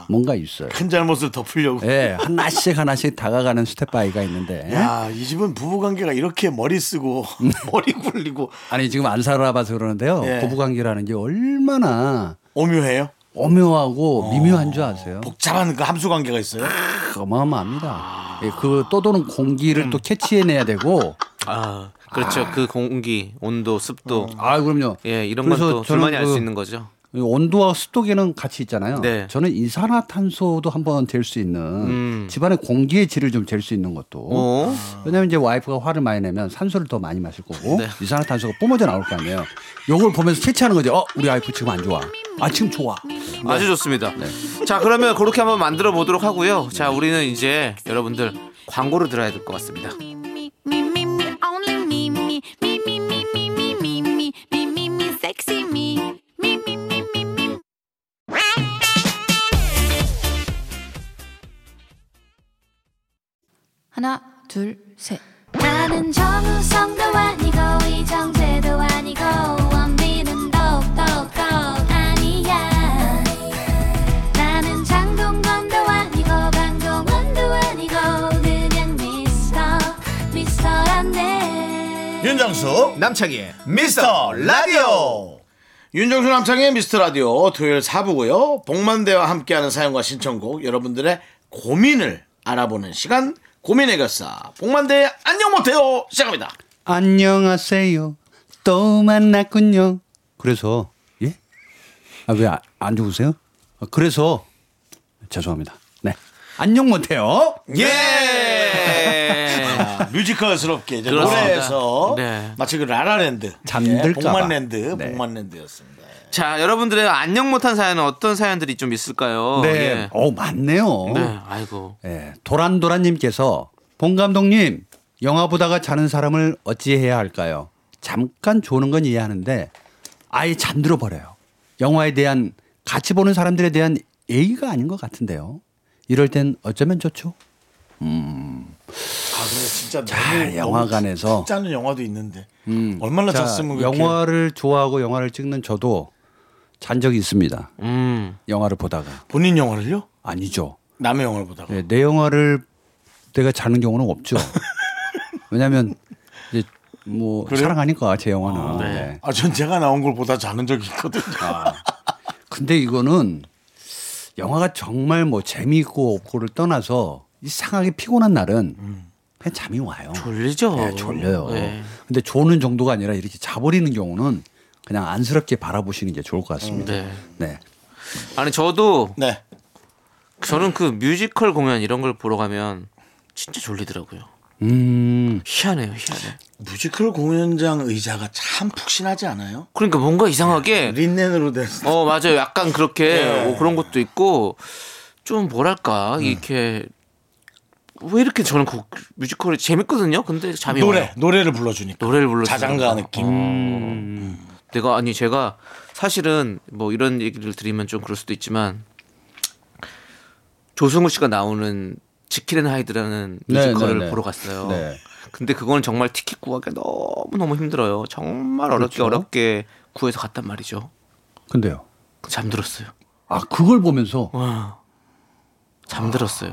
Speaker 7: 뭔가 있어요.
Speaker 3: 큰 잘못을 덮으려고.
Speaker 7: 예, 하나씩 하나씩 다가가는 스텝 바이가 있는데.
Speaker 3: 야, 이 집은 부부관계가 이렇게 머리 쓰고, 머리 굴리고,
Speaker 7: 아니 지금 안 살아봐서 그러는데요.
Speaker 3: 예.
Speaker 7: 부부관계라는 게 얼마나
Speaker 3: 오묘해요?
Speaker 7: 오묘하고
Speaker 4: 어,
Speaker 7: 미묘한 줄 아세요?
Speaker 4: 뭐
Speaker 3: 복잡한 그 함수관계가 있어요?
Speaker 7: 어마어마합니다. 예, 그 떠도는 공기를
Speaker 4: 음.
Speaker 7: 또 캐치해내야 되고.
Speaker 4: 아, 그렇죠. 그 공기, 온도, 습도.
Speaker 7: 아 그럼요.
Speaker 4: 예, 이런
Speaker 7: 그래서
Speaker 4: 건또
Speaker 7: 저는
Speaker 4: 둘만이 알
Speaker 7: 그
Speaker 4: 수 있는 거죠.
Speaker 7: 온도와 습도계는 같이 있잖아요.
Speaker 4: 네.
Speaker 7: 저는 이산화탄소도 한번 될 수 있는 집안의 공기의 질을 좀 잴 수 있는 것도.
Speaker 4: 음. 어.
Speaker 7: 왜냐하면 이제 와이프가 화를 많이 내면 산소를 더 많이 마실 거고
Speaker 4: 네.
Speaker 7: 이산화탄소가 뿜어져 나올 거 아니에요. 요걸 보면서 캐치하는 거죠. 어, 우리 와이프 지금 안 좋아. 아, 지금 좋아.
Speaker 4: 아주 좋습니다. 자, 그러면 그렇게 한번 만들어 보도록 하고요. 자, 우리는 이제 여러분들 광고를 들어야 될 것 같습니다.
Speaker 5: me, me, me, me, only me, me, me, me, me, me, me, me, me, me, me, me, sexy me, me, me, me, me, me.
Speaker 8: 하나, 둘, 셋.
Speaker 5: 나는 정우성도 아니고 이정재도 아니고 원빈은 더욱더 아니야 나는 장동건도 아니고 강동원도 아니고 그냥 미스터 미스터란데
Speaker 3: 윤정수 남창희의 미스터 라디오 윤정수 남창희의 미스터 라디오 토요일 4부고요 복만대와 함께하는 사연과 신청곡 여러분들의 고민을 알아보는 시간 고민의 결사 복만대 안녕 못해요 시작합니다
Speaker 7: 안녕하세요. 또 만났군요. 그래서 예? 아, 왜 안 좋으세요? 아, 그래서 죄송합니다. 네. 안녕 못해요.
Speaker 4: 예.
Speaker 3: 아, 뮤지컬스럽게 이제
Speaker 4: 그렇습니다.
Speaker 3: 노래에서
Speaker 4: 네.
Speaker 3: 마치 그 라라랜드
Speaker 7: 잠들까 봐.
Speaker 3: 복만랜드
Speaker 7: 네.
Speaker 3: 복만랜드였습니다 아,
Speaker 4: 자, 여러분들의 안녕 못한 사연은 어떤 사연들이 좀 있을까요?
Speaker 7: 네.
Speaker 4: 예.
Speaker 7: 어, 많네요.
Speaker 4: 네. 아이고.
Speaker 7: 예, 도란도란님께서 봉 감독님 영화 보다가 자는 사람을 어찌해야 할까요? 잠깐 조는 건 이해하는데 아예 잠들어 버려요. 영화에 대한 같이 보는 사람들에 대한 예의가 아닌 것 같은데요. 이럴 땐 어쩌면 좋죠?
Speaker 3: 아 근데 진짜
Speaker 7: 자,
Speaker 3: 너무
Speaker 7: 영화관에서. 음.
Speaker 3: 너무 짜는 영화도 있는데 얼마나
Speaker 7: 자,
Speaker 3: 잤으면 그렇게
Speaker 7: 영화를 좋아하고 영화를 찍는 저도 잔 적이 있습니다.
Speaker 4: 음.
Speaker 7: 영화를 보다가
Speaker 3: 본인 영화를요?
Speaker 7: 아니죠.
Speaker 3: 남의 영화를 보다가
Speaker 7: 예, 내 영화를 내가 자는 경우는 없죠. 왜냐하면 이제 뭐 사랑하니까 제 영화는. 네.
Speaker 3: 아, 전 제가 나온 걸 보다 자는 적이 있거든요.
Speaker 4: 아.
Speaker 7: 근데 이거는 영화가 정말 뭐 재미있고 없고를 떠나서 이상하게 피곤한 날은
Speaker 3: 음.
Speaker 7: 그냥 잠이 와요.
Speaker 4: 졸리죠.
Speaker 7: 예, 졸려요.
Speaker 4: 예.
Speaker 7: 근데 조는 정도가 아니라 이렇게 자버리는 경우는 그냥 안쓰럽게 바라보시는 게 좋을 것 같습니다.
Speaker 4: 네.
Speaker 7: 네.
Speaker 4: 아니 저도
Speaker 3: 네.
Speaker 4: 저는 그 뮤지컬 공연 이런 걸 보러 가면 진짜 졸리더라고요.
Speaker 7: 음.
Speaker 4: 희한해요, 희한해.
Speaker 3: 뮤지컬 공연장 의자가 참 푹신하지 않아요?
Speaker 4: 그러니까 뭔가
Speaker 3: 네.
Speaker 4: 이상하게
Speaker 3: 린넨으로 돼서.
Speaker 4: 어 맞아요. 약간 그렇게
Speaker 3: 네.
Speaker 4: 뭐 그런 것도 있고 좀 뭐랄까
Speaker 3: 음.
Speaker 4: 이렇게 왜 이렇게 저는 그 뮤지컬이 재밌거든요. 근데 잠이 와요.
Speaker 3: 노래, 노래를 불러주니까.
Speaker 4: 노래를 어. 불러
Speaker 3: 자장가 느낌.
Speaker 4: 내가 아니 제가 사실은 뭐 이런 얘기를 드리면 좀 그럴 수도 있지만 조승우 씨가 나오는 지킬앤 하이드라는
Speaker 7: 네,
Speaker 4: 뮤지컬을
Speaker 7: 네, 네.
Speaker 4: 보러 갔어요.
Speaker 7: 네.
Speaker 4: 근데 그건 정말 티켓 구하기 가 너무 너무 힘들어요. 정말 어렵게
Speaker 7: 그렇죠.
Speaker 4: 어렵게 구해서 갔단 말이죠.
Speaker 7: 근데요.
Speaker 4: 잠들었어요.
Speaker 7: 아 그걸 보면서
Speaker 4: 와 잠들었어요.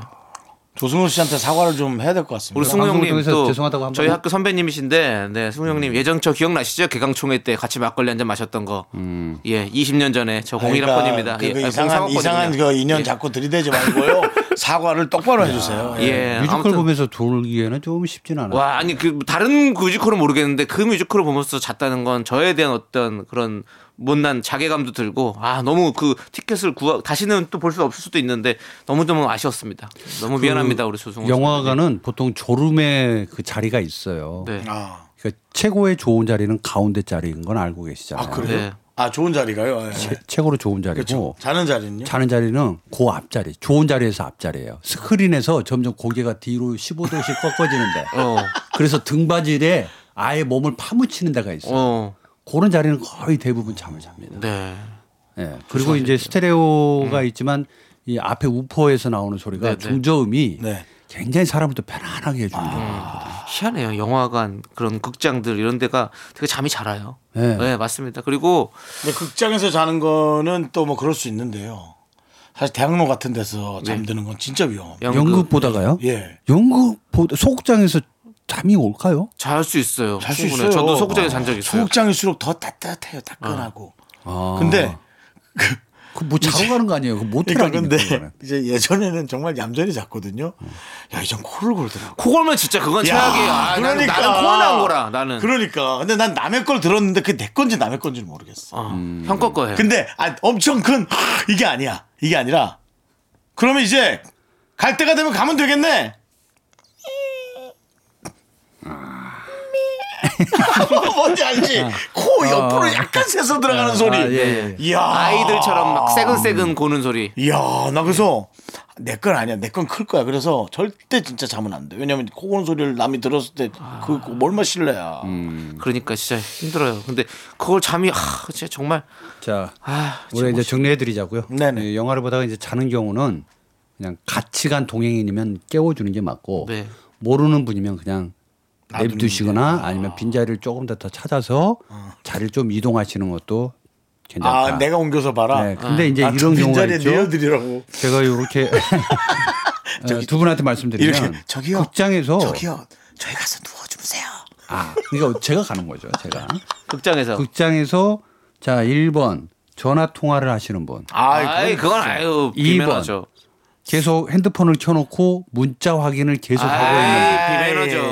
Speaker 3: 조승우 씨한테 사과를 좀 해야 될 것 같습니다.
Speaker 4: 우리 승우
Speaker 7: 아. 방송을
Speaker 4: 형님
Speaker 7: 통해서
Speaker 4: 또
Speaker 7: 죄송하다고 한
Speaker 4: 저희
Speaker 7: 번. 음.
Speaker 4: 학교 선배님이신데 네 승우 형님 예전 저 기억나시죠? 개강총회 때 같이 막걸리 한 잔 마셨던 거.
Speaker 7: 음.
Speaker 4: 예, 20년 전에 저
Speaker 3: 그러니까
Speaker 4: 01학번입니다. 예, 아, 그
Speaker 7: 그
Speaker 3: 그 이상한, 이상한 그 인연 자꾸 들이대지 말고요. 사과를 똑바로 해주세요. 예.
Speaker 4: 예.
Speaker 7: 뮤지컬
Speaker 4: 아무튼
Speaker 7: 보면서 돌기에는 좀 쉽진 않아요.
Speaker 4: 와 아니 그 다른 뮤지컬은 모르겠는데 그 뮤지컬을 보면서 잤다는 건 저에 대한 어떤 그런 못난 자괴감도 들고 아 너무 그 티켓을 구하 다시는 또 볼 수 없을 수도 있는데 너무 너무 아쉬웠습니다.
Speaker 3: 그
Speaker 4: 너무 미안합니다 우리 조승우.
Speaker 7: 영화관은 보통 졸음의 그 자리가 있어요.
Speaker 4: 선배님. 네.
Speaker 3: 아,
Speaker 7: 그러니까 최고의 좋은 자리는 가운데 자리인 건 알고 계시잖아요.
Speaker 3: 아 그래요?
Speaker 4: 네. 어.
Speaker 3: 아 좋은 자리가요. 예.
Speaker 7: 최- 최고로 좋은
Speaker 3: 그렇죠.
Speaker 7: 자리고
Speaker 3: 자는 자리는요?
Speaker 7: 자는 자리는 그 앞자리, 좋은 자리에서 앞자리예요. 스크린에서 점점 고개가 뒤로 15도씩 꺾어지는데.
Speaker 4: 어.
Speaker 7: 그래서 등바질에 아예 몸을 파묻히는 데가 있어요.
Speaker 4: 어.
Speaker 7: 그런 자리는 거의 대부분 잠을 잡니다.
Speaker 4: 네.
Speaker 7: 예. 그리고 이제 스테레오가 있지만 이 앞에 우퍼에서 나오는 소리가
Speaker 4: 음. 네, 아, 네.
Speaker 7: 중저음이
Speaker 3: 네.
Speaker 7: 굉장히 사람을 또 편안하게 해주는 거예요.
Speaker 4: 희한해요. 영화관 그런 극장들 이런 데가 되게 잠이 잘 와요.
Speaker 7: 네.
Speaker 4: 네. 맞습니다. 그리고
Speaker 3: 근데 극장에서 자는 거는 또 뭐 그럴 수 있는데요. 사실 대학로 같은
Speaker 4: 예.
Speaker 3: 데서 잠드는 건 진짜 위험.
Speaker 4: 연극,
Speaker 7: 연극 보다가요?
Speaker 3: 예.
Speaker 7: 연극 보다 소극장에서 잠이 올까요?
Speaker 4: 잘 수 있어요.
Speaker 3: 잘 수
Speaker 4: 충분해요.
Speaker 3: 있어요.
Speaker 4: 저도 소극장에 잔 적 있어요. 아.
Speaker 3: 소극장일수록 더 따뜻해요. 따끈하고. 근데
Speaker 7: 그뭐 자러 가는 거 아니에요? 그 모텔
Speaker 3: 그러니까
Speaker 7: 아닙니까?
Speaker 3: 근데
Speaker 7: 그거는?
Speaker 3: 이제 예전에는 정말 얌전히 잤거든요. 야 이젠 코를 골더라고.
Speaker 4: 코골면 진짜 그건 최악이에요. 아, 나는, 나는 코난 거라 나는.
Speaker 3: 그러니까. 근데 난 남의 걸 들었는데 그게 내 건지 남의 건지는 모르겠어.
Speaker 4: 어, 형거 거예요.
Speaker 3: 근데 아, 엄청 큰 이게 아니야. 이게 아니라 그러면 이제 갈 때가 되면 가면 되겠네. 아. 뭔지 알지? 코 옆으로 약간 새서 들어가는 소리.
Speaker 7: 아, 예, 예.
Speaker 3: 이야.
Speaker 4: 아이들처럼 막
Speaker 7: 음.
Speaker 4: 새근새근 고는 소리.
Speaker 3: 이야, 나 그래서 내 건 아니야. 내 건 클 거야. 그래서 절대 진짜 자면 안 돼. 왜냐면 코 고는 소리를 남이 들었을 때그 뭐 얼마 실례야.
Speaker 4: 그러니까 진짜 힘들어요. 근데 그걸 잠이 아, 진짜 정말
Speaker 7: 자,
Speaker 4: 아,
Speaker 7: 우리가 이제 정리해드리자고요.
Speaker 3: 네네.
Speaker 7: 예, 영화를 보다가 이제 자는 경우는 그냥 같이 간 동행인이면 깨워주는 게 맞고
Speaker 4: 네.
Speaker 7: 모르는 분이면 그냥
Speaker 3: 놔두는
Speaker 7: 냅두시거나 아니면 빈자리를 조금 더 더 찾아서 자리를 좀 이동하시는 것도 괜찮다.
Speaker 3: 어. 아, 내가 옮겨서 봐라.
Speaker 7: 네, 근데 이제
Speaker 3: 아,
Speaker 7: 이런 경우가
Speaker 3: 빈자리에
Speaker 7: 있죠.
Speaker 3: 내어드리라고.
Speaker 7: 제가 이렇게 어, 두 분한테 말씀드리면
Speaker 3: 이렇게, 저기요. 어.
Speaker 7: 극장에서
Speaker 3: 저기요, 저희 가서 누워주세요.
Speaker 7: 아 그러니까 제가 가는 거죠. 제가 그,
Speaker 4: 극장에서.
Speaker 7: 극장에서 자 1번 전화 통화를 하시는 분
Speaker 4: 아이 그건 아유 비매너죠.
Speaker 7: 계속 핸드폰을 켜놓고 문자 확인을 계속 하고 있는
Speaker 4: 아이 비매너죠.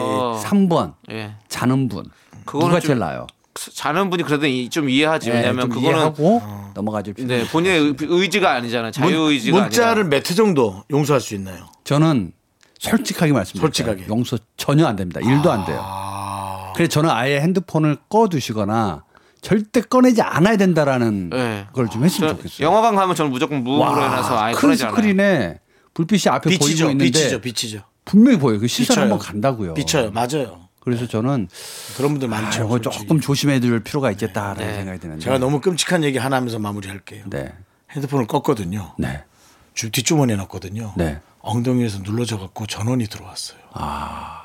Speaker 7: 분 3번
Speaker 4: 예.
Speaker 7: 자는 분
Speaker 4: 그거는
Speaker 7: 누가
Speaker 4: 좀
Speaker 7: 제일 나요?
Speaker 4: 자는 분이 그래도 이- 좀 이해하지. 왜냐면
Speaker 7: 네, 좀
Speaker 4: 그거는
Speaker 7: 이해하고 넘어가죠.
Speaker 4: 네, 본인의 의- 의지가 아니잖아요. 자유 의지가
Speaker 3: 문자를
Speaker 4: 아니라.
Speaker 3: 몇 회 정도 용서할 수 있나요?
Speaker 7: 저는 솔직하게 말씀드릴게요.
Speaker 3: 솔직하게.
Speaker 7: 용서 전혀 안 됩니다. 일도 안 돼요.
Speaker 3: 아.
Speaker 7: 그래서 저는 아예 핸드폰을 꺼두시거나 절대 꺼내지 않아야 된다라는
Speaker 4: 네.
Speaker 7: 걸 좀 했으면
Speaker 4: 저-
Speaker 7: 좋겠어요.
Speaker 4: 영화관 가면 저는 무조건 무음으로 해놔서 아예
Speaker 7: 큰
Speaker 4: 꺼내지 않아요.
Speaker 7: 스크린에 불빛이 앞에 그 보이고
Speaker 3: 비치죠,
Speaker 7: 있는데
Speaker 3: 비치죠, 비치죠.
Speaker 7: 분명히 보여요. 그 시선
Speaker 3: 비쳐요.
Speaker 7: 한번 간다고요.
Speaker 3: 비쳐요, 맞아요.
Speaker 7: 그래서 저는
Speaker 3: 그런 분들
Speaker 7: 아,
Speaker 3: 많죠.
Speaker 7: 저거
Speaker 3: 솔직히.
Speaker 7: 조금 조심해둘 필요가 있겠다라는
Speaker 4: 네.
Speaker 7: 생각이 드는데
Speaker 3: 제가 너무 끔찍한 얘기 하나 하면서 마무리할게요.
Speaker 7: 네.
Speaker 3: 핸드폰을 껐거든요.
Speaker 7: 네.
Speaker 3: 주 뒷주머니에 넣었거든요.
Speaker 7: 네.
Speaker 3: 엉덩이에서 눌러져 갖고 전원이 들어왔어요.
Speaker 7: 아.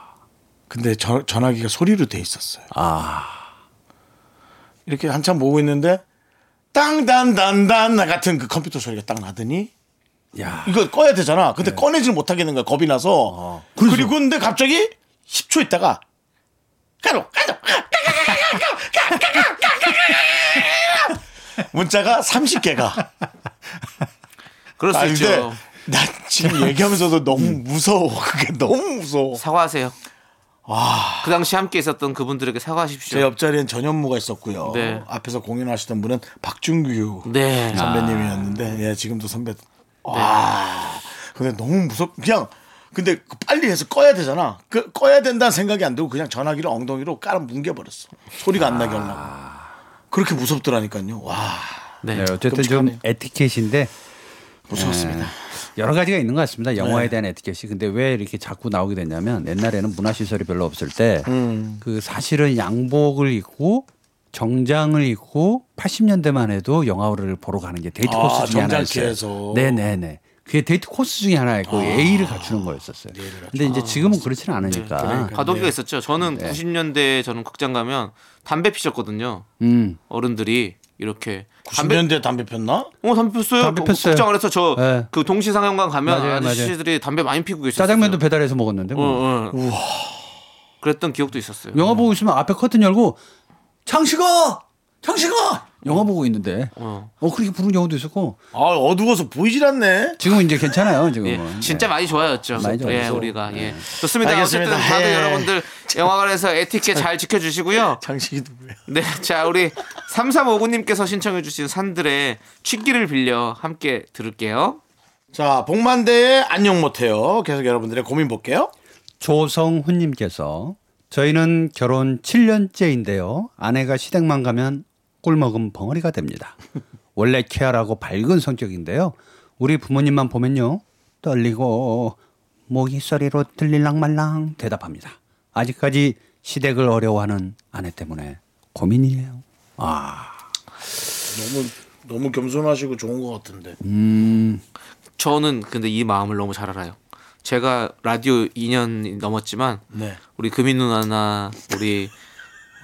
Speaker 3: 근데 저- 전화기가 소리로 돼 있었어요.
Speaker 7: 아.
Speaker 3: 이렇게 한참 보고 있는데 땅단단단 같은 그 컴퓨터 소리가 딱 나더니
Speaker 7: 야.
Speaker 3: 이거 꺼야 되잖아. 근데 꺼내질 못하겠는 거야. 겁이 나서.
Speaker 7: 그래서-
Speaker 3: 네. 아, 그리고 근데 갑자기 10초 있다가 가로 가로 문자가 30개가.
Speaker 4: 그럴 수
Speaker 3: 아
Speaker 4: 있죠.
Speaker 3: 근데 나 지금 얘기하면서도 너무 무서워. 그게 너무 무서워.
Speaker 4: 사과하세요. 그 당시 함께 있었던 그분들에게 사과하십시오.
Speaker 3: 제 옆자리엔 전현무가 있었고요.
Speaker 4: 네.
Speaker 3: 앞에서 공연하시던 분은 박준규
Speaker 4: 네.
Speaker 3: 선배님이었는데 예, 지금도 선배. 와. 근데 너무 무섭. 그냥 근데 그 빨리 해서 꺼야 되잖아. 그 꺼야 된다는 생각이 안 들고 그냥 전화기를 엉덩이로 깔아 뭉개 버렸어. 소리가 안 나게 하려고. 그렇게 무섭더라니까요. 와.
Speaker 4: 네.
Speaker 7: 네, 어쨌든 좀 에티켓인데
Speaker 3: 무서웠습니다.
Speaker 7: 여러 가지가 있는 것 같습니다. 영화에 대한 에티켓이. 근데 왜 이렇게 자꾸 나오게 됐냐면 옛날에는 문화시설이 별로 없을 때 그 사실은 양복을 입고 정장을 입고 80년대만 해도 영화를 보러 가는 게 데이트
Speaker 3: 아,
Speaker 7: 코스 중에
Speaker 3: 정장길에서.
Speaker 7: 하나였어요. 네네네. 그게 데이트 코스 중에 하나였고 예의를 갖추는 거였었어요. 근데 이제 지금은 그렇지는 않으니까.
Speaker 4: 과도기가 있었죠. 저는
Speaker 7: 네.
Speaker 4: 90년대에 저는 극장 가면 담배 피셨거든요.
Speaker 7: 음.
Speaker 4: 어른들이 이렇게 담배
Speaker 3: 90년대 담배 폈나?
Speaker 4: 어 담배 폈어요.
Speaker 7: 담배 폈어요.
Speaker 4: 극장 안에서 저 그
Speaker 7: 네.
Speaker 4: 동시 상영관 가면
Speaker 7: 맞아요,
Speaker 4: 아저씨들이 담배 많이 피고 계셨어요.
Speaker 7: 짜장면도 배달해서 먹었는데.
Speaker 4: 어,
Speaker 7: 뭐.
Speaker 4: 어. 그랬던 기억도 있었어요.
Speaker 7: 영화 보고 있으면 앞에 커튼 열고 창식아
Speaker 3: 형식아!
Speaker 9: 영화 보고 있는데 어,
Speaker 7: 뭐
Speaker 9: 그렇게 부른 경우도 있었고
Speaker 3: 아, 어두워서 보이질 않네.
Speaker 9: 지금 이제 괜찮아요 지금.
Speaker 7: 네.
Speaker 4: 예, 진짜 많이 좋아졌죠.
Speaker 9: 많이 좋아졌죠.
Speaker 4: 예, 우리가 예. 좋습니다.
Speaker 3: 알겠습니다.
Speaker 4: 어쨌든 다들
Speaker 3: 예.
Speaker 4: 여러분들 영화관에서 에티켓 잘 지켜주시고요.
Speaker 3: 장식이 누구야?
Speaker 4: 네, 자 우리 3359님께서 신청해주신 산들의 취기를 빌려 함께 들을게요.
Speaker 3: 자, 복만대의 안녕 못해요. 계속 여러분들의 고민 볼게요.
Speaker 7: 조성훈님께서 저희는 결혼 7년째인데요. 아내가 시댁만 가면 꿀먹은 벙어리가 됩니다. 원래 쾌활하고 밝은 성격인데요. 우리 부모님만 보면요. 떨리고 모기 소리로 들릴랑말랑 대답합니다. 아직까지 시댁을 어려워하는 아내 때문에 고민이에요.
Speaker 3: 너무 너무 겸손하시고 좋은 것 같은데.
Speaker 4: 저는 근데 이 마음을 너무 잘 알아요. 제가 라디오 2년 넘었지만
Speaker 3: 네.
Speaker 4: 우리 금인 누나나 우리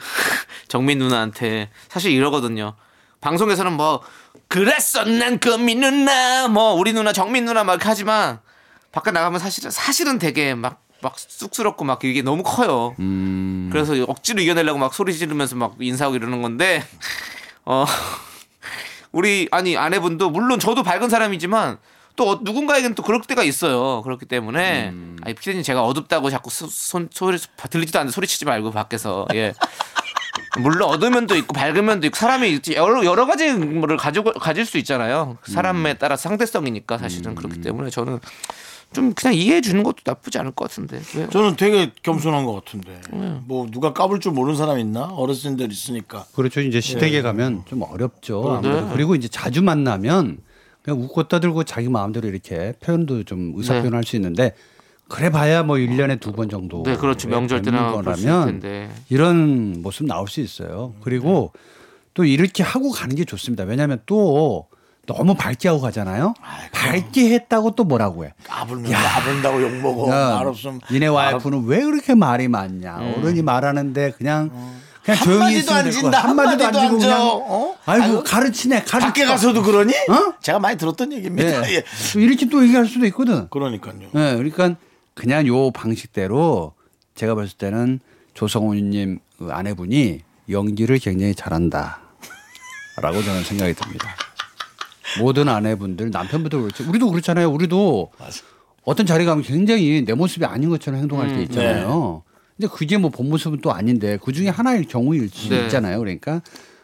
Speaker 4: 정민 누나한테 사실 이러거든요. 방송에서는 뭐 그랬어 난 금인 누나 뭐 우리 누나 정민 누나 막 이렇게 하지만 밖에 나가면 사실은 사실은 되게 막 막 쑥스럽고 막 이게 너무 커요. 그래서 억지로 이겨내려고 막 소리 지르면서 막 인사하고 이러는 건데 어 우리 아니 아내분도 물론 저도 밝은 사람이지만 또 어- 누군가에겐 또 그럴 때가 있어요. 그렇기 때문에
Speaker 7: 음.
Speaker 4: 아니 피디님 제가 어둡다고 자꾸 소, 손 소리 들리지도 않는데 소리치지 말고 밖에서 예. 물론 어두운 면도 있고 밝은 면도 있고 사람이 있지. 여러 여러 가지 를 가지고 가질 수 있잖아요. 사람에
Speaker 7: 음.
Speaker 4: 따라 상대성이니까 사실은 그렇기 때문에 저는 좀 그냥 이해해 주는 것도 나쁘지 않을 것 같은데 왜
Speaker 3: 저는 되게 겸손한 것 같은데.
Speaker 4: 네.
Speaker 3: 뭐 누가 까불 줄 모르는 사람 있나? 어르신들 있으니까.
Speaker 7: 그렇죠. 이제 시댁에 가면 좀 어렵죠. 아무래도.
Speaker 4: 네.
Speaker 7: 그리고 이제 자주 만나면 그냥 웃고 떠들고 자기 마음대로 이렇게 표현도 좀 의사
Speaker 4: 네.
Speaker 7: 표현할 수 있는데 그래 봐야 뭐 1년에 두 번 정도
Speaker 4: 네, 그렇죠. 명절
Speaker 7: 뭐 뵙는
Speaker 4: 때나 그럴 수 있을 텐데.
Speaker 7: 이런 모습 나올 수 있어요. 그리고 또 이렇게 하고 가는 게 좋습니다. 왜냐하면 또 너무 밝게 하고 가잖아요. 밝게 했다고 또 뭐라고 해.
Speaker 3: 까불면 까불다고 욕 먹어.
Speaker 7: 야,
Speaker 3: 말 없음.
Speaker 7: 니네 와이프는 왜 그렇게 말이 많냐. 어른이 말하는데 그냥 그냥 조용히
Speaker 3: 어. 한마디도 안
Speaker 7: 있으면 될것
Speaker 3: 진다.
Speaker 7: 같아. 한마디도 안 지고
Speaker 3: 한마디도 안
Speaker 7: 그냥
Speaker 3: 져. 어?
Speaker 7: 아이고
Speaker 3: 아이고,
Speaker 7: 가르치네. 가르쳐.
Speaker 3: 밖에 가서도 그러니?
Speaker 7: 어?
Speaker 3: 제가 많이 들었던 얘기입니다.
Speaker 7: 예.
Speaker 3: 예.
Speaker 7: 또 이렇게 또 얘기할 수도 있거든.
Speaker 3: 그러니까요.
Speaker 7: 예. 그러니까 그냥 요 방식대로 제가 봤을 때는 조성훈님 그 아내분이 연기를 굉장히 잘한다. 라고 저는 생각이 듭니다. 모든 아내분들 남편분도 그렇지 우리도 그렇잖아요. 우리도 어떤 자리 가면 굉장히 내 모습이 아닌 것처럼 행동할 때 있잖아요. 근데 그게 뭐 본 모습은 또 아닌데 그 중에 하나일 경우일 수
Speaker 4: 네.
Speaker 7: 있잖아요. 그러니까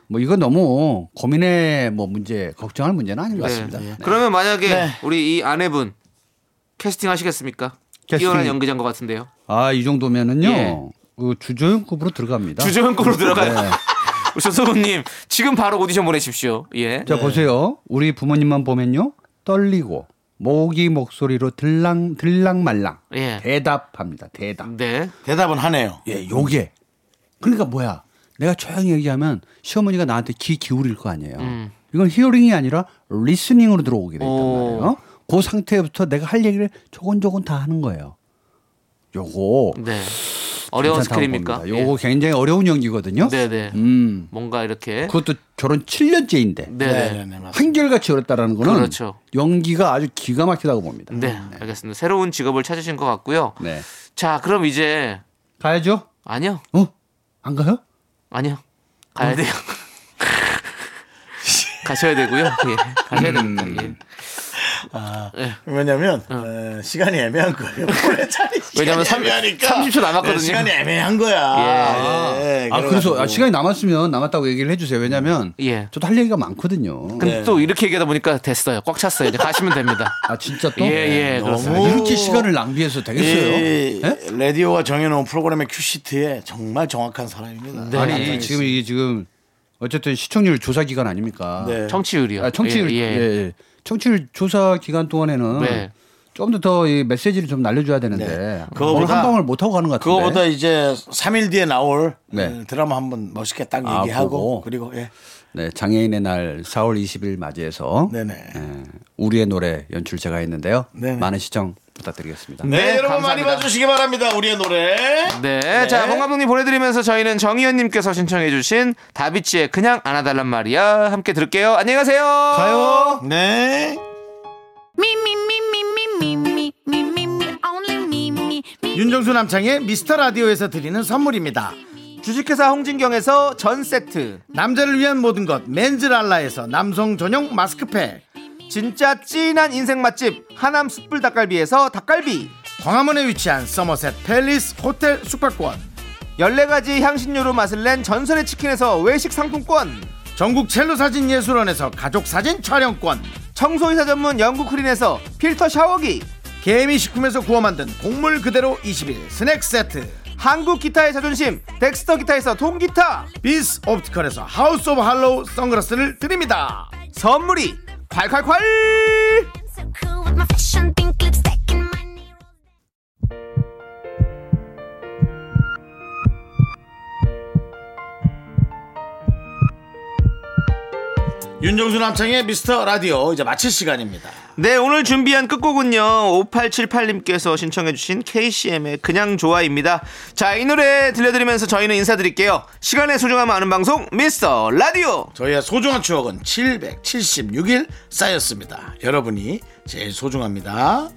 Speaker 7: 뭐 이거 너무 고민의 뭐 문제 걱정할 문제는 아닌 것 같습니다.
Speaker 4: 네.
Speaker 7: 네.
Speaker 4: 그러면 만약에 우리 이 아내분 캐스팅 하시겠습니까?
Speaker 7: 캐스팅.
Speaker 4: 뛰어난 연기자인 것 같은데요.
Speaker 7: 아, 이 정도면은요.
Speaker 4: 예.
Speaker 7: 그 주조연급으로 들어갑니다.
Speaker 4: 주조연급으로 들어가요.
Speaker 7: 네.
Speaker 4: 조성우님 지금 바로 오디션 보내십시오. 예.
Speaker 7: 자, 보세요. 우리 부모님만 보면요. 떨리고 모기 목소리로 들랑 들랑 말랑
Speaker 4: 예.
Speaker 7: 대답합니다. 대답.
Speaker 4: 네.
Speaker 3: 대답은 하네요.
Speaker 7: 예, 요게. 그러니까 뭐야? 내가 조용히 얘기하면 시어머니가 나한테 귀 기울일 거 아니에요. 이건 히어링이 아니라 리스닝으로 들어오게 돼 있단
Speaker 4: 음. 오.
Speaker 7: 말이에요. 그 상태부터 내가 할 얘기를 조곤조곤 다 하는 거예요. 요거
Speaker 4: 네. 어려운
Speaker 7: 괜찮다고
Speaker 4: 스킬입니까? 예.
Speaker 7: 봅니다. 요거 굉장히 어려운 연기거든요.
Speaker 4: 네, 네.
Speaker 7: 음.
Speaker 4: 뭔가 이렇게
Speaker 7: 그것도 결혼 7년째인데
Speaker 4: 네, 네.
Speaker 3: 네네네. 맞습니다.
Speaker 7: 한결같이 어렵다라는 거는
Speaker 4: 그렇죠.
Speaker 7: 연기가 아주 기가 막히다고 봅니다.
Speaker 4: 네, 알겠습니다. 새로운 직업을 찾으신 것 같고요.
Speaker 7: 음. 네.
Speaker 4: 자, 그럼 이제
Speaker 7: 가야죠?
Speaker 4: 아니요,
Speaker 7: 어? 안 가요?
Speaker 4: 아니요,
Speaker 7: 음.
Speaker 4: 가야 돼요. 가셔야 되고요. 예,
Speaker 7: 음.
Speaker 4: 가셔야 됩니다. 예.
Speaker 3: 왜냐면 어, 시간이 애매한 거예요. 오래 차리
Speaker 4: 왜냐면 삼- 30초 남았거든요.
Speaker 3: 네, 시간이 애매한 거야.
Speaker 4: 예.
Speaker 3: 예,
Speaker 7: 아, 그래서
Speaker 3: 그래가지고.
Speaker 7: 아, 시간이 남았으면 남았다고 얘기를 해주세요. 왜냐면
Speaker 4: 예.
Speaker 7: 저도 할 얘기가 많거든요.
Speaker 4: 근데 또 이렇게 얘기하다 보니까 됐어요. 꽉 찼어요. 이제 가시면 됩니다.
Speaker 7: 아 진짜 또?
Speaker 4: 예, 예, 그렇습니다.
Speaker 7: 아, 이렇게 시간을 낭비해서 되겠어요?
Speaker 3: 이
Speaker 7: 예?
Speaker 3: 라디오가 정해놓은 프로그램의 큐시트에 정말 정확한 사람입니다.
Speaker 4: 네.
Speaker 3: 네.
Speaker 4: 예.
Speaker 7: 아니 이 지금 이 지금 어쨌든 시청률 조사 기간 아닙니까?
Speaker 3: 네.
Speaker 4: 청취율이요.
Speaker 7: 아, 청취율
Speaker 4: 예, 예.
Speaker 7: 예, 예. 청취율 조사 기간 동안에는
Speaker 4: 네.
Speaker 7: 좀 더 이 메시지를 좀 날려줘야 되는데
Speaker 3: 네.
Speaker 7: 오늘
Speaker 3: 그거보다-
Speaker 7: 한 방울 못 하고 가는 것 같은데.
Speaker 3: 그거보다
Speaker 4: 네.
Speaker 3: 이제 3일 뒤에 나올
Speaker 7: 네.
Speaker 3: 어, 드라마 한번 멋있게 딱
Speaker 7: 아,
Speaker 3: 얘기하고
Speaker 7: 보고.
Speaker 3: 그리고 예.
Speaker 7: 네 장애인의 날 4월 20일 맞이해서
Speaker 3: 네네.
Speaker 7: 예, 우리의 노래 연출 제가 했는데요.
Speaker 3: 네네.
Speaker 7: 많은 시청 부탁드리겠습니다.
Speaker 3: 네, 여러분 많이
Speaker 4: 감사합니다.
Speaker 3: 봐주시기 바랍니다. 우리의 노래.
Speaker 4: 네. 자, 봉 감독님 보내드리면서 저희는 정희연님께서 신청해주신 다비치의 그냥 안아달란 말이야. 함께 들을게요. 안녕히 가세요. 가요.
Speaker 3: 네.
Speaker 5: Me, me, me, me, me, me, me, me, me, me, only me, me, me.
Speaker 3: 윤정수 남창의 미스터 라디오에서 드리는 선물입니다.
Speaker 4: 주식회사 홍진경에서 전 세트.
Speaker 3: 남자를 위한 모든 것 맨즈랄라에서 남성 전용 마스크팩
Speaker 4: 진짜 찐한 인생 맛집 하남 숯불 닭갈비에서 닭갈비.
Speaker 3: 광화문에 위치한 서머셋 팰리스 호텔 숙박권
Speaker 4: 14가지 향신료로 맛을 낸 전설의 치킨에서 외식 상품권.
Speaker 3: 전국 첼로 사진 예술원에서 가족 사진 촬영권
Speaker 4: 청소이사 전문 영국 크린에서 필터 샤워기.
Speaker 3: 개미식품에서 구워 만든 곡물 그대로 20일 스낵 세트
Speaker 4: 한국 기타의 자존심 덱스터 기타에서 통기타.
Speaker 3: 비스 옵티컬에서 하우스 오브 할로우 선글라스를 드립니다
Speaker 4: 선물이 콸콸콸!
Speaker 5: So cool with my fashion pink lipstick and my new
Speaker 3: 윤정수 남창의 미스터 라디오 이제 마칠 시간입니다
Speaker 4: 네, 오늘 준비한 끝곡은요. 5878님께서 신청해주신 KCM의 그냥 좋아입니다. 자, 이 노래 들려드리면서 저희는 인사드릴게요. 시간의 소중함 아는 방송, 미스터 라디오!
Speaker 3: 저희의 소중한 추억은 776일 쌓였습니다 여러분이 제일 소중합니다